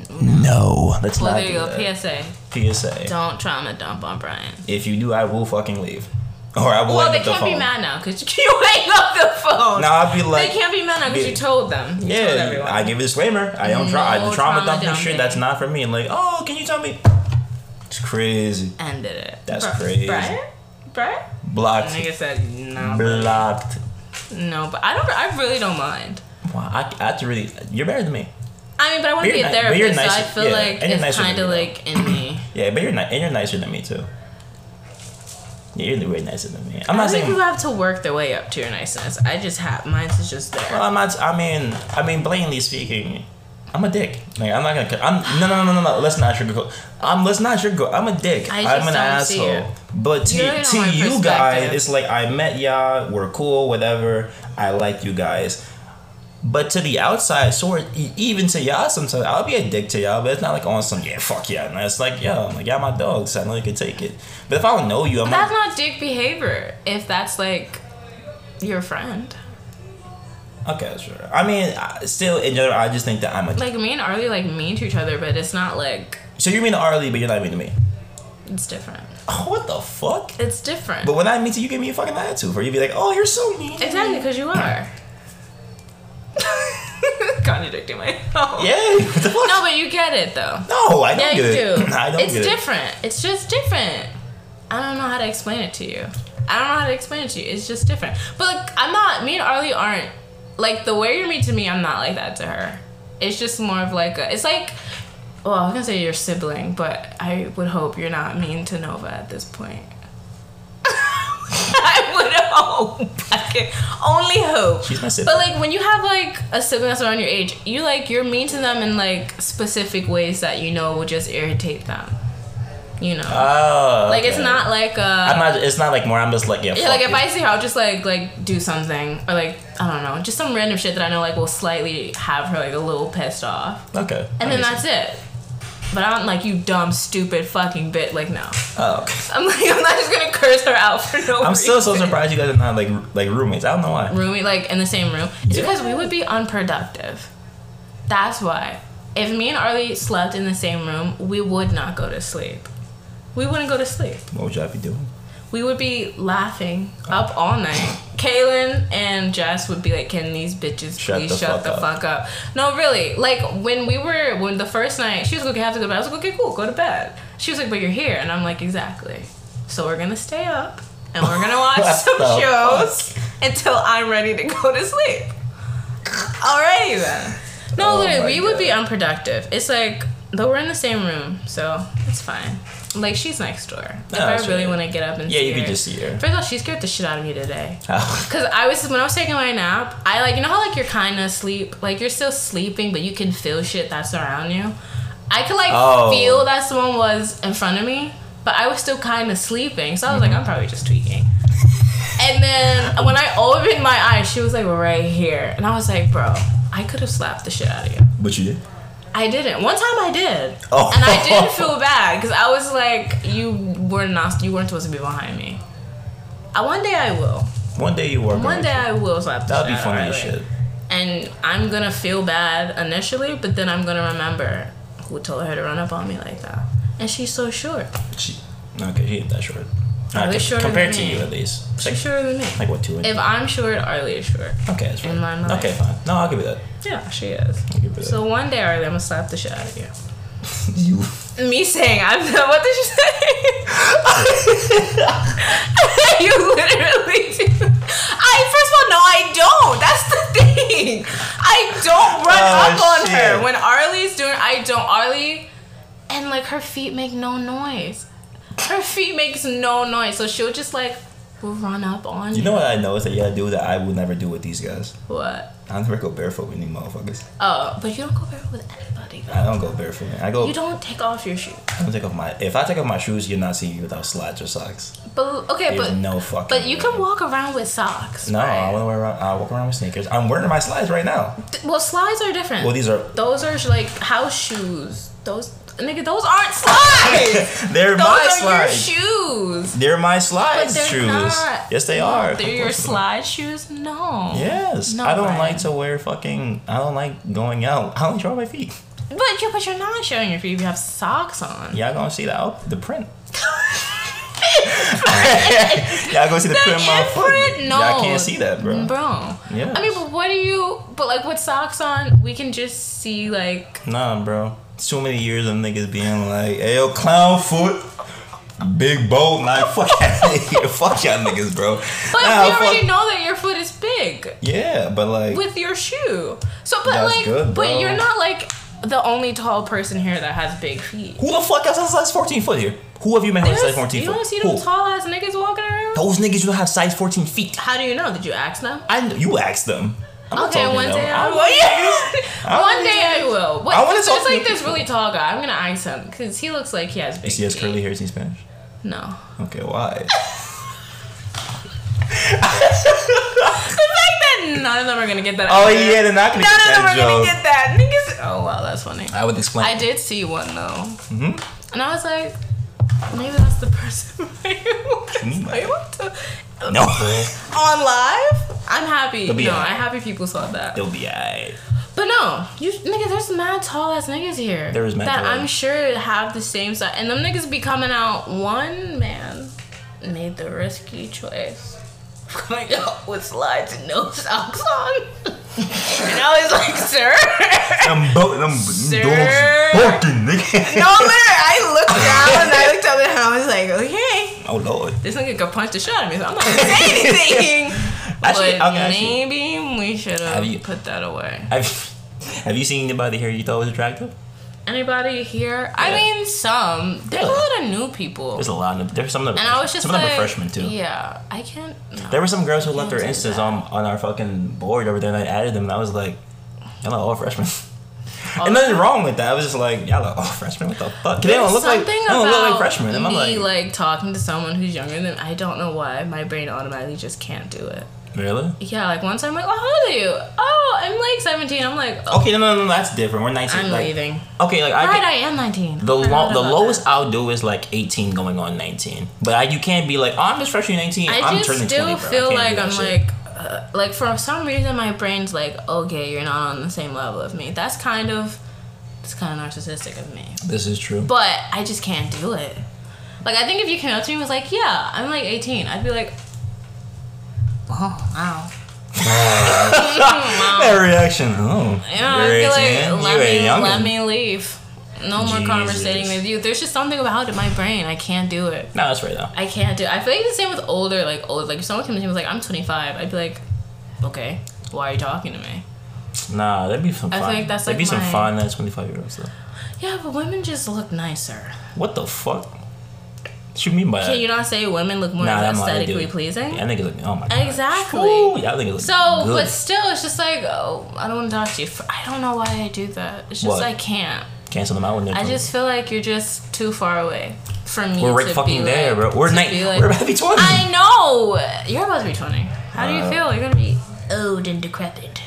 [SPEAKER 1] let's
[SPEAKER 2] Hmm, Well,
[SPEAKER 1] not
[SPEAKER 2] there you
[SPEAKER 1] do
[SPEAKER 2] go.
[SPEAKER 1] that.
[SPEAKER 2] PSA:
[SPEAKER 1] PSA.
[SPEAKER 2] Don't trauma dump on Brian.
[SPEAKER 1] If you do, I will fucking leave. Or I will
[SPEAKER 2] Well,
[SPEAKER 1] end
[SPEAKER 2] they
[SPEAKER 1] up the
[SPEAKER 2] can't
[SPEAKER 1] phone.
[SPEAKER 2] be mad now because you hang up the phone.
[SPEAKER 1] Now I'd be like,
[SPEAKER 2] they can't be mad now because
[SPEAKER 1] Yeah.
[SPEAKER 2] you told them. You told
[SPEAKER 1] yeah,
[SPEAKER 2] everyone.
[SPEAKER 1] I give a disclaimer. I don't try.
[SPEAKER 2] No
[SPEAKER 1] I trauma
[SPEAKER 2] trauma
[SPEAKER 1] dumping
[SPEAKER 2] dumping.
[SPEAKER 1] shit. That's not for me. And like, oh, can you tell me? It's crazy.
[SPEAKER 2] ended it.
[SPEAKER 1] That's
[SPEAKER 2] Bri-
[SPEAKER 1] crazy.
[SPEAKER 2] Brian? Brian?
[SPEAKER 1] Blocked.
[SPEAKER 2] Nigga said no.
[SPEAKER 1] Blocked.
[SPEAKER 2] No, but I don't. I really don't mind.
[SPEAKER 1] Wow, I, I have to really. You're better than me.
[SPEAKER 2] I mean, but I want
[SPEAKER 1] But
[SPEAKER 2] to be
[SPEAKER 1] you're
[SPEAKER 2] a
[SPEAKER 1] ni- but you're
[SPEAKER 2] therapist, so I
[SPEAKER 1] nicer-
[SPEAKER 2] feel
[SPEAKER 1] yeah,
[SPEAKER 2] like
[SPEAKER 1] and you're
[SPEAKER 2] it's
[SPEAKER 1] nicer than
[SPEAKER 2] kind of
[SPEAKER 1] me,
[SPEAKER 2] like in me.
[SPEAKER 1] Yeah, but you're not. And you're nicer than me too. Yeah, you're way nicer than me. I'm
[SPEAKER 2] I
[SPEAKER 1] not
[SPEAKER 2] think
[SPEAKER 1] saying.
[SPEAKER 2] people have to work their way up to your niceness. I just have mine's is just there.
[SPEAKER 1] Well, I'm not. I mean, I mean, blatantly speaking, I'm a dick. Like, I'm not gonna. I'm no, no, no, no, no. Let's not sugarcoat. I'm. Let's not sugarcoat. I'm a dick.
[SPEAKER 2] I
[SPEAKER 1] I'm
[SPEAKER 2] just
[SPEAKER 1] an
[SPEAKER 2] don't see
[SPEAKER 1] asshole.
[SPEAKER 2] it.
[SPEAKER 1] But to
[SPEAKER 2] You really don't
[SPEAKER 1] to
[SPEAKER 2] want
[SPEAKER 1] you guys,
[SPEAKER 2] perspective.
[SPEAKER 1] it's like I met y'all. We're cool. Whatever. I like you guys. But to the outside, sort e- even to y'all, sometimes I'll be a dick to y'all, but it's not like on some yeah, fuck yeah. And it's like yo, I'm like y'all my dogs. I know you can take it. But if I don't know you, I'm
[SPEAKER 2] that's
[SPEAKER 1] like
[SPEAKER 2] not dick behavior. If that's like your friend,
[SPEAKER 1] okay, sure. I mean, I- still in general, I just think that I'm a.
[SPEAKER 2] like me and Arlie, like mean to each other, but it's not like
[SPEAKER 1] so you mean to Arlie, but you're not mean to me.
[SPEAKER 2] it's different.
[SPEAKER 1] Oh, what the fuck?
[SPEAKER 2] It's different.
[SPEAKER 1] But when I meet you, you give me a fucking attitude. Or you be like, oh, you're so mean.
[SPEAKER 2] exactly because you are contradicting myself.
[SPEAKER 1] Yeah. What the fuck?
[SPEAKER 2] No, but you get it though.
[SPEAKER 1] No, I don't
[SPEAKER 2] Yeah,
[SPEAKER 1] get
[SPEAKER 2] you
[SPEAKER 1] it.
[SPEAKER 2] do.
[SPEAKER 1] I don't
[SPEAKER 2] it's
[SPEAKER 1] get it.
[SPEAKER 2] different. It's just different. I don't know how to explain it to you. I don't know how to explain it to you. It's just different. But like, I'm not. Me and Arlie aren't like the way you're mean to me. I'm not like that to her. It's just more of like a, it's like, well, I was gonna say your sibling, but I would hope you're not mean to Nova at this point. I would hope. I can only hope.
[SPEAKER 1] She's my sibling.
[SPEAKER 2] But like when you have like a sibling that's around your age, you like you're mean to them in like specific ways that you know will just irritate them. You know,
[SPEAKER 1] oh,
[SPEAKER 2] like it's
[SPEAKER 1] okay.
[SPEAKER 2] not like a.
[SPEAKER 1] I'm not. It's not like more. I'm just like yeah.
[SPEAKER 2] Yeah, like
[SPEAKER 1] fuck
[SPEAKER 2] if
[SPEAKER 1] it.
[SPEAKER 2] I see her, I'll just like like do something or like I don't know, just some random shit that I know like will slightly have her like a little pissed off,
[SPEAKER 1] Okay. that
[SPEAKER 2] and then
[SPEAKER 1] makes
[SPEAKER 2] that's
[SPEAKER 1] sense.
[SPEAKER 2] it. But I don't like you dumb, stupid, fucking bit. Like no,
[SPEAKER 1] Oh, okay.
[SPEAKER 2] I'm like I'm not just gonna curse her out for no.
[SPEAKER 1] I'm still so
[SPEAKER 2] reason.
[SPEAKER 1] surprised you guys are not like r- like roommates. I don't know why.
[SPEAKER 2] Roommate, like in the same room. It's
[SPEAKER 1] Yeah.
[SPEAKER 2] because we would be unproductive. That's why. If me and Arlie slept in the same room, we would not go to sleep. We wouldn't go to sleep.
[SPEAKER 1] What would y'all be doing?
[SPEAKER 2] we would be laughing up all night. Kaylin and Jess would be like, "Can these bitches
[SPEAKER 1] Shut
[SPEAKER 2] please
[SPEAKER 1] the
[SPEAKER 2] shut
[SPEAKER 1] fuck
[SPEAKER 2] the
[SPEAKER 1] up."
[SPEAKER 2] fuck up?" No, really. Like when we were when the first night, she was like, "Okay, I have to go to bed." I was like, "Okay, cool, go to bed." She was like, "But you're here," and I'm like, "Exactly." So we're gonna stay up and we're gonna watch
[SPEAKER 1] What
[SPEAKER 2] some
[SPEAKER 1] the
[SPEAKER 2] shows until I'm ready to go to sleep. Alrighty then. No,
[SPEAKER 1] Oh my
[SPEAKER 2] literally, we would be
[SPEAKER 1] God.
[SPEAKER 2] unproductive. It's like though we're in the same room, so it's fine. Like she's next door. If
[SPEAKER 1] Oh,
[SPEAKER 2] I
[SPEAKER 1] sure.
[SPEAKER 2] really want to get up and
[SPEAKER 1] Yeah,
[SPEAKER 2] see
[SPEAKER 1] you could
[SPEAKER 2] her-
[SPEAKER 1] just see her.
[SPEAKER 2] First of all, she scared the shit out of me today.
[SPEAKER 1] Oh,
[SPEAKER 2] Cause I was when I was taking my nap, I like you know how like you're kind of asleep, like you're still sleeping, but you can feel shit that's around you. I could like
[SPEAKER 1] Oh.
[SPEAKER 2] feel that someone was in front of me, but I was still kind of sleeping, so I
[SPEAKER 1] Mm-hmm.
[SPEAKER 2] was like, I'm probably just tweaking. and then when I opened my eyes, she was like right here, and I was like, bro, I could have slapped the shit out of you.
[SPEAKER 1] but you did.
[SPEAKER 2] I didn't. One time I did,
[SPEAKER 1] Oh.
[SPEAKER 2] and I did feel bad because I was like, you were not, you weren't supposed to be behind me. I, one day I will.
[SPEAKER 1] One day you were.
[SPEAKER 2] One day I will slap. the
[SPEAKER 1] That would be
[SPEAKER 2] shit out
[SPEAKER 1] funny
[SPEAKER 2] of
[SPEAKER 1] as
[SPEAKER 2] Riley.
[SPEAKER 1] shit.
[SPEAKER 2] And I'm gonna feel bad initially, but then I'm gonna remember who told her to run up on me like that. And she's so short.
[SPEAKER 1] She, okay, she ain't that short.
[SPEAKER 2] I was
[SPEAKER 1] Okay,
[SPEAKER 2] shorter
[SPEAKER 1] compared
[SPEAKER 2] than
[SPEAKER 1] to
[SPEAKER 2] me.
[SPEAKER 1] you at least. It's
[SPEAKER 2] She's
[SPEAKER 1] Like,
[SPEAKER 2] shorter than me.
[SPEAKER 1] like what two inches?
[SPEAKER 2] If I'm short, Arlie is short.
[SPEAKER 1] Okay, that's fine.
[SPEAKER 2] in my mind.
[SPEAKER 1] Okay, fine. No, I'll give you that.
[SPEAKER 2] Yeah, she is.
[SPEAKER 1] I'll give you that.
[SPEAKER 2] So one day, Arlie, I'm gonna slap the shit out of you.
[SPEAKER 1] you.
[SPEAKER 2] Me saying I'm not, what did you say? you literally do. I first of all no I don't. That's the thing. I don't run
[SPEAKER 1] Oh,
[SPEAKER 2] up on her.
[SPEAKER 1] shit.
[SPEAKER 2] When Arlie's doing I don't Arlie and like her feet make no noise. Her feet makes no noise. So she'll just like run up on
[SPEAKER 1] You know what I noticed that y'all do that I will never do with these guys.
[SPEAKER 2] What?
[SPEAKER 1] I never go barefoot with these motherfuckers.
[SPEAKER 2] Oh, but you don't go barefoot with anybody though.
[SPEAKER 1] I don't go barefoot. man. I go.
[SPEAKER 2] You don't take off your shoes.
[SPEAKER 1] I don't take off my. If I take off my shoes, you're not seeing me without slides or socks.
[SPEAKER 2] But okay,
[SPEAKER 1] There's
[SPEAKER 2] but
[SPEAKER 1] no fucking.
[SPEAKER 2] but you
[SPEAKER 1] way.
[SPEAKER 2] can walk around with socks.
[SPEAKER 1] No,
[SPEAKER 2] right?
[SPEAKER 1] I want to wear. Around, I walk around with sneakers. I'm wearing my slides right now.
[SPEAKER 2] Well, slides are different.
[SPEAKER 1] Well, these are.
[SPEAKER 2] those are like house shoes. Those nigga, those aren't slides.
[SPEAKER 1] they're
[SPEAKER 2] those
[SPEAKER 1] my
[SPEAKER 2] are
[SPEAKER 1] slides.
[SPEAKER 2] your shoes.
[SPEAKER 1] They're my
[SPEAKER 2] But
[SPEAKER 1] slides
[SPEAKER 2] they're
[SPEAKER 1] shoes.
[SPEAKER 2] not.
[SPEAKER 1] Yes, they
[SPEAKER 2] No,
[SPEAKER 1] are.
[SPEAKER 2] They're your slide shoes. No.
[SPEAKER 1] Yes.
[SPEAKER 2] No
[SPEAKER 1] I don't
[SPEAKER 2] way.
[SPEAKER 1] like to wear fucking. I don't like going out. I only show my feet.
[SPEAKER 2] But you, but you're not showing your feet. if You have socks on.
[SPEAKER 1] Y'all gonna see the out the print. Y'all gonna see the,
[SPEAKER 2] The
[SPEAKER 1] print, motherfucker.
[SPEAKER 2] imprint? No.
[SPEAKER 1] Y'all can't see that, bro.
[SPEAKER 2] Bro.
[SPEAKER 1] Yes.
[SPEAKER 2] I mean, but what do you? But like, with socks on, we can just see like.
[SPEAKER 1] Nah, bro. It's too many years of niggas being like, "Hey, yo, clown foot." Big boat, like fuck y'all, niggas. fuck y'all niggas, bro.
[SPEAKER 2] But
[SPEAKER 1] Nah,
[SPEAKER 2] we already
[SPEAKER 1] fuck-
[SPEAKER 2] know that your foot is big.
[SPEAKER 1] Yeah, but like,
[SPEAKER 2] with your shoe. So, but
[SPEAKER 1] That's
[SPEAKER 2] like,
[SPEAKER 1] good, bro.
[SPEAKER 2] but you're not like the only tall person here that has big feet.
[SPEAKER 1] who the fuck else has a size fourteen foot here? Who have you met who has a size
[SPEAKER 2] There's-
[SPEAKER 1] fourteen
[SPEAKER 2] you
[SPEAKER 1] foot?
[SPEAKER 2] don't see
[SPEAKER 1] Who?
[SPEAKER 2] them tall ass niggas walking around.
[SPEAKER 1] Those niggas don't have size fourteen feet.
[SPEAKER 2] How do you know? Did you ask them?
[SPEAKER 1] I kn- you asked them. I'm not
[SPEAKER 2] okay,
[SPEAKER 1] talking
[SPEAKER 2] one
[SPEAKER 1] to
[SPEAKER 2] day
[SPEAKER 1] them.
[SPEAKER 2] I
[SPEAKER 1] I
[SPEAKER 2] will.
[SPEAKER 1] want I want
[SPEAKER 2] one
[SPEAKER 1] these
[SPEAKER 2] day I will. What,
[SPEAKER 1] I wanna
[SPEAKER 2] there's
[SPEAKER 1] talk to
[SPEAKER 2] like
[SPEAKER 1] these
[SPEAKER 2] this
[SPEAKER 1] people.
[SPEAKER 2] really tall guy. I'm gonna ask him because he looks like he has big.
[SPEAKER 1] She has
[SPEAKER 2] feet.
[SPEAKER 1] curly hair. Is he Spanish?
[SPEAKER 2] No.
[SPEAKER 1] Okay, why?
[SPEAKER 2] None of them are gonna get that.
[SPEAKER 1] Oh
[SPEAKER 2] either.
[SPEAKER 1] yeah, they're not gonna
[SPEAKER 2] None
[SPEAKER 1] get
[SPEAKER 2] of them
[SPEAKER 1] that
[SPEAKER 2] are gonna
[SPEAKER 1] joke.
[SPEAKER 2] get that. Niggas. Oh wow, that's funny.
[SPEAKER 1] I would explain.
[SPEAKER 2] I did see one though. Mm-hmm. And I was like, maybe that's the person
[SPEAKER 1] Mm.
[SPEAKER 2] I want to.
[SPEAKER 1] No,
[SPEAKER 2] On live? I'm happy.
[SPEAKER 1] They'll be
[SPEAKER 2] No,
[SPEAKER 1] alright.
[SPEAKER 2] I'm happy people saw that.
[SPEAKER 1] they'll be alright.
[SPEAKER 2] But no, you nigga, there's mad tall ass niggas here.
[SPEAKER 1] There is mad
[SPEAKER 2] that
[SPEAKER 1] tall
[SPEAKER 2] I'm
[SPEAKER 1] ass.
[SPEAKER 2] sure have the same size. And them niggas be coming out. One man made the risky choice. of Coming out with slides and no socks on. and I was like, sir.
[SPEAKER 1] Them bo- them
[SPEAKER 2] Sir.
[SPEAKER 1] fucking nigga.
[SPEAKER 2] No, literally, I looked down and I looked up at him. I was like, okay,
[SPEAKER 1] Oh lord.
[SPEAKER 2] this nigga could punch the shot at me, so I'm not gonna say anything.
[SPEAKER 1] Actually,
[SPEAKER 2] but
[SPEAKER 1] okay, actually.
[SPEAKER 2] maybe we should
[SPEAKER 1] Have you-
[SPEAKER 2] have put that away.
[SPEAKER 1] Have Have you seen anybody here you thought was attractive?
[SPEAKER 2] Anybody here? I
[SPEAKER 1] Yeah.
[SPEAKER 2] mean, some. There's
[SPEAKER 1] Yeah.
[SPEAKER 2] a lot of new people.
[SPEAKER 1] There's a lot of there's some of them.
[SPEAKER 2] and I was just
[SPEAKER 1] some
[SPEAKER 2] like,
[SPEAKER 1] of them are freshmen too.
[SPEAKER 2] Yeah, I can't. no.
[SPEAKER 1] There were some girls who left their
[SPEAKER 2] Don't do
[SPEAKER 1] instas
[SPEAKER 2] that.
[SPEAKER 1] on on our fucking board over there, and I added them, and I was like, y'all are all freshmen.
[SPEAKER 2] All
[SPEAKER 1] and nothing wrong with that. I was just like, y'all are all freshmen. What the fuck? 'Cause They
[SPEAKER 2] Oh.
[SPEAKER 1] don't
[SPEAKER 2] There's
[SPEAKER 1] look like they
[SPEAKER 2] something
[SPEAKER 1] don't look like
[SPEAKER 2] about
[SPEAKER 1] freshmen. And I'm
[SPEAKER 2] me,
[SPEAKER 1] like,
[SPEAKER 2] talking to someone who's younger than I don't know why my brain automatically just can't do it.
[SPEAKER 1] really?
[SPEAKER 2] Yeah, like once I'm like, oh, how old are you? Oh, I'm like 17. I'm like, oh,
[SPEAKER 1] Okay, no, no, no, that's different. We're 19.
[SPEAKER 2] I'm
[SPEAKER 1] like,
[SPEAKER 2] leaving.
[SPEAKER 1] Okay, like I
[SPEAKER 2] right,
[SPEAKER 1] can,
[SPEAKER 2] I am 19.
[SPEAKER 1] the lo-
[SPEAKER 2] I forgot
[SPEAKER 1] the
[SPEAKER 2] about that.
[SPEAKER 1] lowest I'll do is like 18 going on 19. But I, you can't be like, oh, I'm just freshly 19.
[SPEAKER 2] I
[SPEAKER 1] am
[SPEAKER 2] just
[SPEAKER 1] turning 20,
[SPEAKER 2] still
[SPEAKER 1] bro. I can't
[SPEAKER 2] feel
[SPEAKER 1] do
[SPEAKER 2] like
[SPEAKER 1] that
[SPEAKER 2] I'm
[SPEAKER 1] shit.
[SPEAKER 2] like, uh, like for some reason my brain's like, okay, you're not on the same level of me. That's kind of, that's kind of narcissistic of me.
[SPEAKER 1] This is true.
[SPEAKER 2] But I just can't do it. Like I think if you came up to me and was like, yeah, I'm like 18, I'd be like, oh wow. wow.
[SPEAKER 1] That reaction. Oh,
[SPEAKER 2] Yeah, I
[SPEAKER 1] you're 18?
[SPEAKER 2] feel like
[SPEAKER 1] You
[SPEAKER 2] let
[SPEAKER 1] ain't
[SPEAKER 2] me,
[SPEAKER 1] young.
[SPEAKER 2] let me leave. No more
[SPEAKER 1] Jesus.
[SPEAKER 2] conversating with you. There's just something about it. My brain, I can't do it.
[SPEAKER 1] No, that's right though.
[SPEAKER 2] I can't do. I feel like the same with older, like old. Like if someone comes to me and was like, "I'm 25," I'd be like, "Okay, why are you talking to me?"
[SPEAKER 1] Nah, that'd be some
[SPEAKER 2] I
[SPEAKER 1] fun.
[SPEAKER 2] think that's,
[SPEAKER 1] that'd
[SPEAKER 2] like,
[SPEAKER 1] be some
[SPEAKER 2] my-
[SPEAKER 1] fun. That's twenty five year olds though.
[SPEAKER 2] Yeah, but women just look nicer.
[SPEAKER 1] What the fuck? What you mean by
[SPEAKER 2] Can
[SPEAKER 1] that?
[SPEAKER 2] you not say women look more
[SPEAKER 1] nah, that might
[SPEAKER 2] aesthetically
[SPEAKER 1] do.
[SPEAKER 2] pleasing?
[SPEAKER 1] Yeah, niggas look. Oh my god.
[SPEAKER 2] Exactly.
[SPEAKER 1] Ooh, y'all niggas look
[SPEAKER 2] So,
[SPEAKER 1] good.
[SPEAKER 2] but still, it's just like, oh, I don't want to talk to you. F- I don't know why I do that. It's just
[SPEAKER 1] What?
[SPEAKER 2] I can't.
[SPEAKER 1] cancel them out when they're.
[SPEAKER 2] I
[SPEAKER 1] twenty.
[SPEAKER 2] just feel like you're just too far away from me.
[SPEAKER 1] We're right
[SPEAKER 2] to
[SPEAKER 1] fucking
[SPEAKER 2] be
[SPEAKER 1] there,
[SPEAKER 2] like-
[SPEAKER 1] bro. We're
[SPEAKER 2] to
[SPEAKER 1] night.
[SPEAKER 2] be like-
[SPEAKER 1] We're about to be twenty.
[SPEAKER 2] I know. You're about to be 20. How do you
[SPEAKER 1] Uh, oh,
[SPEAKER 2] feel? You're gonna be old and decrepit.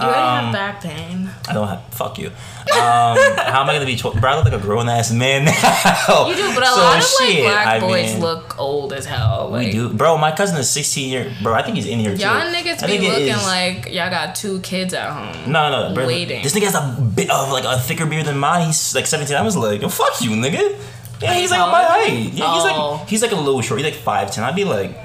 [SPEAKER 2] You already
[SPEAKER 1] Um,
[SPEAKER 2] have back pain.
[SPEAKER 1] I don't have. Fuck you. Um, how am I gonna be? Tw- bro, I look like a grown ass man now.
[SPEAKER 2] You do, but a
[SPEAKER 1] So,
[SPEAKER 2] lot of like
[SPEAKER 1] shit,
[SPEAKER 2] black
[SPEAKER 1] I
[SPEAKER 2] boys
[SPEAKER 1] mean,
[SPEAKER 2] look old as hell. Like,
[SPEAKER 1] We do, bro. My cousin is sixteen year. Bro, I think he's in here too.
[SPEAKER 2] Y'all niggas
[SPEAKER 1] I
[SPEAKER 2] be
[SPEAKER 1] think it
[SPEAKER 2] looking
[SPEAKER 1] is-
[SPEAKER 2] like y'all got two kids at home.
[SPEAKER 1] No, no, no, bro.
[SPEAKER 2] waiting.
[SPEAKER 1] This nigga has a bit of like a thicker beard than mine. He's like 17. I was like, yo, fuck you, nigga. Yeah, he's like my
[SPEAKER 2] tall?
[SPEAKER 1] height. Yeah, he's
[SPEAKER 2] Oh.
[SPEAKER 1] like he's like a little short. He's like five ten. I'd be like,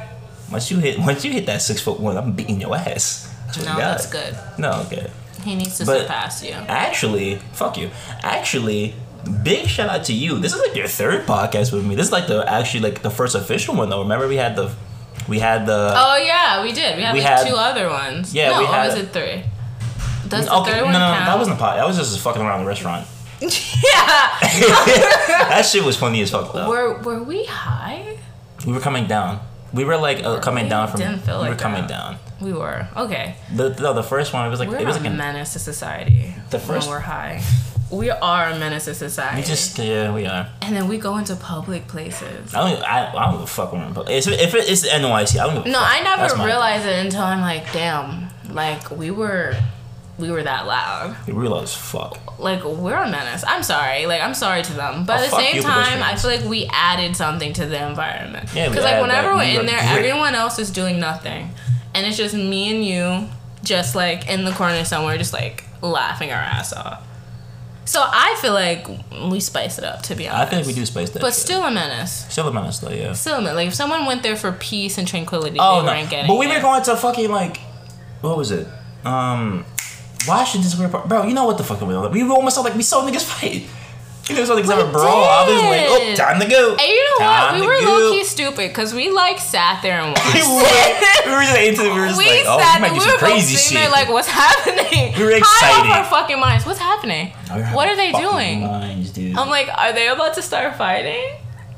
[SPEAKER 1] once you hit once you hit that six foot one, I'm beating your ass. I swear to
[SPEAKER 2] No,
[SPEAKER 1] God.
[SPEAKER 2] that's good.
[SPEAKER 1] No, okay.
[SPEAKER 2] He needs to
[SPEAKER 1] But-
[SPEAKER 2] surpass you.
[SPEAKER 1] Actually, fuck you. Actually, big shout out to you. This is like your third podcast with me. This is like the actually like the first official one though. Remember we had the we had the
[SPEAKER 2] Oh yeah, we did. We had
[SPEAKER 1] We
[SPEAKER 2] like
[SPEAKER 1] had-
[SPEAKER 2] two other ones.
[SPEAKER 1] Yeah,
[SPEAKER 2] no,
[SPEAKER 1] we had-
[SPEAKER 2] or was it three? Does the
[SPEAKER 1] Oh, okay
[SPEAKER 2] third
[SPEAKER 1] no
[SPEAKER 2] one
[SPEAKER 1] no, no
[SPEAKER 2] count?
[SPEAKER 1] that wasn't a pod. That was just fucking around the restaurant.
[SPEAKER 2] yeah.
[SPEAKER 1] that shit was funny as fuck though.
[SPEAKER 2] Were were we high?
[SPEAKER 1] We were coming down. We were like uh, coming
[SPEAKER 2] We
[SPEAKER 1] down from.
[SPEAKER 2] didn't feel
[SPEAKER 1] we were
[SPEAKER 2] like
[SPEAKER 1] coming
[SPEAKER 2] that.
[SPEAKER 1] down.
[SPEAKER 2] We were. Okay.
[SPEAKER 1] The, no, the first one it was like
[SPEAKER 2] We're
[SPEAKER 1] it was
[SPEAKER 2] a
[SPEAKER 1] like a,
[SPEAKER 2] menace to society.
[SPEAKER 1] The first-
[SPEAKER 2] when we're high. We are a menace to society.
[SPEAKER 1] we just yeah we are.
[SPEAKER 2] and then we go into public places.
[SPEAKER 1] I don't I, I don't give a fuck when we're in public. It's, if it, it's NYC, I don't give a
[SPEAKER 2] No,
[SPEAKER 1] fuck.
[SPEAKER 2] I
[SPEAKER 1] That's
[SPEAKER 2] never
[SPEAKER 1] my-
[SPEAKER 2] realized it until I'm like, damn, like we were we were that loud.
[SPEAKER 1] We real as fuck.
[SPEAKER 2] Like we're a menace. I'm sorry. Like I'm sorry to them. But
[SPEAKER 1] Oh,
[SPEAKER 2] at the
[SPEAKER 1] fuck
[SPEAKER 2] same
[SPEAKER 1] you,
[SPEAKER 2] time,
[SPEAKER 1] pedestrians.
[SPEAKER 2] I feel like we added something to the environment.
[SPEAKER 1] Yeah, we
[SPEAKER 2] Cuz like
[SPEAKER 1] added,
[SPEAKER 2] whenever
[SPEAKER 1] like,
[SPEAKER 2] we're
[SPEAKER 1] we
[SPEAKER 2] in
[SPEAKER 1] were
[SPEAKER 2] there,
[SPEAKER 1] great.
[SPEAKER 2] everyone else is doing nothing. And it's just me and you just like in the corner somewhere just like laughing our ass off. So I feel like we spice it up to be
[SPEAKER 1] I
[SPEAKER 2] honest.
[SPEAKER 1] think we do space that.
[SPEAKER 2] But
[SPEAKER 1] shit.
[SPEAKER 2] still a menace.
[SPEAKER 1] still a menace though. Yeah.
[SPEAKER 2] Still a menace. Like if someone went there for peace and tranquility,
[SPEAKER 1] Oh
[SPEAKER 2] they weren't
[SPEAKER 1] no!
[SPEAKER 2] getting
[SPEAKER 1] But we
[SPEAKER 2] it.
[SPEAKER 1] were going to fucking like, what was it? Um, Washington Square Park, bro. You know what the fuck we were? We almost saw like we saw niggas fight. You know, saw niggas have a brawl. I was like, oh,
[SPEAKER 2] did.
[SPEAKER 1] time to go.
[SPEAKER 2] And you know
[SPEAKER 1] Time
[SPEAKER 2] what? We
[SPEAKER 1] to
[SPEAKER 2] were
[SPEAKER 1] go.
[SPEAKER 2] low key stupid because we like sat there and
[SPEAKER 1] we were,
[SPEAKER 2] watched.
[SPEAKER 1] we were just into we were just
[SPEAKER 2] we
[SPEAKER 1] like, oh,
[SPEAKER 2] sat
[SPEAKER 1] we might do
[SPEAKER 2] there. We
[SPEAKER 1] some
[SPEAKER 2] were both
[SPEAKER 1] crazy shit.
[SPEAKER 2] sitting there like, what's happening?
[SPEAKER 1] We were
[SPEAKER 2] High
[SPEAKER 1] excited.
[SPEAKER 2] off our fucking minds. What's happening?
[SPEAKER 1] Oh, you're out
[SPEAKER 2] What
[SPEAKER 1] of
[SPEAKER 2] are they
[SPEAKER 1] fucking
[SPEAKER 2] doing?
[SPEAKER 1] minds, dude.
[SPEAKER 2] I'm like, are they about to start fighting?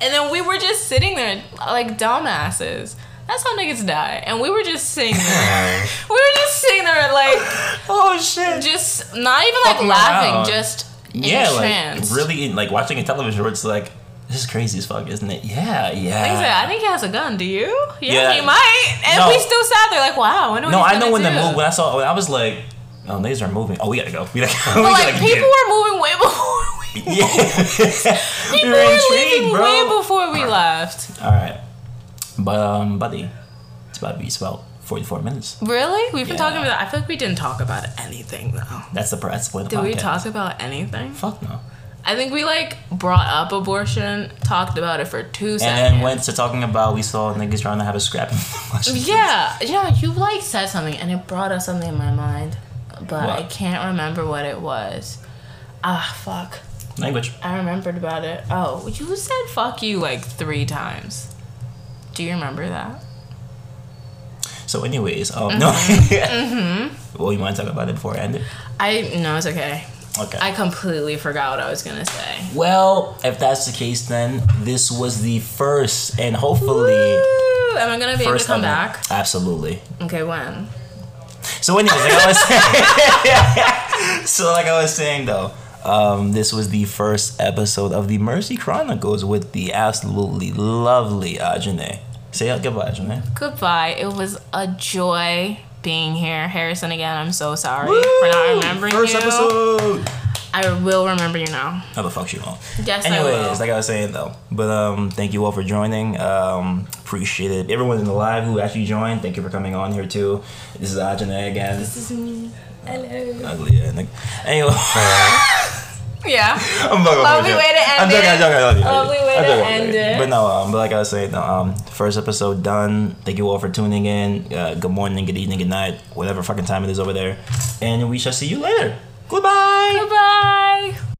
[SPEAKER 2] And then we were just sitting there like dumbasses. That's how niggas die. And we were just sitting there. we were just sitting there like,
[SPEAKER 1] oh shit.
[SPEAKER 2] just not even like
[SPEAKER 1] Fucking
[SPEAKER 2] laughing,
[SPEAKER 1] around.
[SPEAKER 2] just
[SPEAKER 1] Yeah,
[SPEAKER 2] entranced.
[SPEAKER 1] like really, in, like watching a television where it's like, this is crazy as fuck, isn't it? Yeah, yeah.
[SPEAKER 2] He's like, I think he has a gun. Do you? Yeah,
[SPEAKER 1] Yeah.
[SPEAKER 2] he might. And
[SPEAKER 1] No.
[SPEAKER 2] we still sat there like, wow. I wonder what
[SPEAKER 1] No,
[SPEAKER 2] he's
[SPEAKER 1] I know
[SPEAKER 2] gonna
[SPEAKER 1] when
[SPEAKER 2] do.
[SPEAKER 1] the move when I saw when I was like, oh, these are moving. Oh, we gotta go. We gotta go. we
[SPEAKER 2] But like,
[SPEAKER 1] gotta
[SPEAKER 2] people
[SPEAKER 1] get-
[SPEAKER 2] were moving way before we.
[SPEAKER 1] yeah. we
[SPEAKER 2] People were
[SPEAKER 1] were
[SPEAKER 2] leaving
[SPEAKER 1] intrigued,
[SPEAKER 2] way
[SPEAKER 1] bro.
[SPEAKER 2] before we left.
[SPEAKER 1] All right, but um, buddy, it's about to be it's about forty-four minutes.
[SPEAKER 2] Really? We've been
[SPEAKER 1] Yeah.
[SPEAKER 2] talking about. I feel like we didn't talk about anything though.
[SPEAKER 1] That's the that's the point of the
[SPEAKER 2] Did we
[SPEAKER 1] podcast.
[SPEAKER 2] talk about anything?
[SPEAKER 1] Fuck no.
[SPEAKER 2] I think we like brought up abortion, talked about it for two
[SPEAKER 1] And
[SPEAKER 2] seconds.
[SPEAKER 1] then went to talking about we saw niggas trying to have a scrap. in Washington.
[SPEAKER 2] yeah, you know, you like said something, and it brought up something in my mind, but I
[SPEAKER 1] What?
[SPEAKER 2] can't remember what it was. Ah, fuck.
[SPEAKER 1] Language.
[SPEAKER 2] I remembered about it. Oh, you said fuck you like three times. Do you remember that?
[SPEAKER 1] So, anyways, um,
[SPEAKER 2] Mm-hmm.
[SPEAKER 1] no. Well, you want to talk about it before I end it?
[SPEAKER 2] I no, it's okay.
[SPEAKER 1] Okay.
[SPEAKER 2] I completely forgot what I was gonna say.
[SPEAKER 1] well, if that's the case, then this was the first and hopefully
[SPEAKER 2] Woo! Am I gonna be able to
[SPEAKER 1] first
[SPEAKER 2] come
[SPEAKER 1] of it.
[SPEAKER 2] back?
[SPEAKER 1] Absolutely.
[SPEAKER 2] Okay, when?
[SPEAKER 1] So, anyways, like I was saying, so like I was saying though, um, this was the first episode of the Mercy Chronicles with the absolutely lovely Ajane. Say goodbye, Ajane.
[SPEAKER 2] Goodbye. It was a joy being here, Harrison. Again, I'm so sorry for not remembering
[SPEAKER 1] First
[SPEAKER 2] you.
[SPEAKER 1] episode. I
[SPEAKER 2] I will remember you now.
[SPEAKER 1] the fuck you won't.
[SPEAKER 2] Yes, I
[SPEAKER 1] Anyways,
[SPEAKER 2] will.
[SPEAKER 1] like I was saying though, but um, thank you all for joining. Um, appreciate it. Everyone in the live who actually joined, thank you for coming on here too. This is Ajane again. This is
[SPEAKER 2] Hello.
[SPEAKER 1] ugly. yeah, nigga. Anyway,
[SPEAKER 2] Yeah.
[SPEAKER 1] I'm not gonna
[SPEAKER 2] Lovely
[SPEAKER 1] joke.
[SPEAKER 2] way Oh, to end
[SPEAKER 1] I'm joking, I'm
[SPEAKER 2] it.
[SPEAKER 1] joking, I'm joking, I'm
[SPEAKER 2] Lovely
[SPEAKER 1] joking.
[SPEAKER 2] way
[SPEAKER 1] I'm
[SPEAKER 2] to
[SPEAKER 1] joking, I'm
[SPEAKER 2] end
[SPEAKER 1] joking.
[SPEAKER 2] it.
[SPEAKER 1] But no, um, but like I was saying, no, um, first episode done. Thank you all for tuning in. Uh, good morning, good evening, good night, whatever fucking time it is over there, and we shall see you later. Goodbye.
[SPEAKER 2] Goodbye.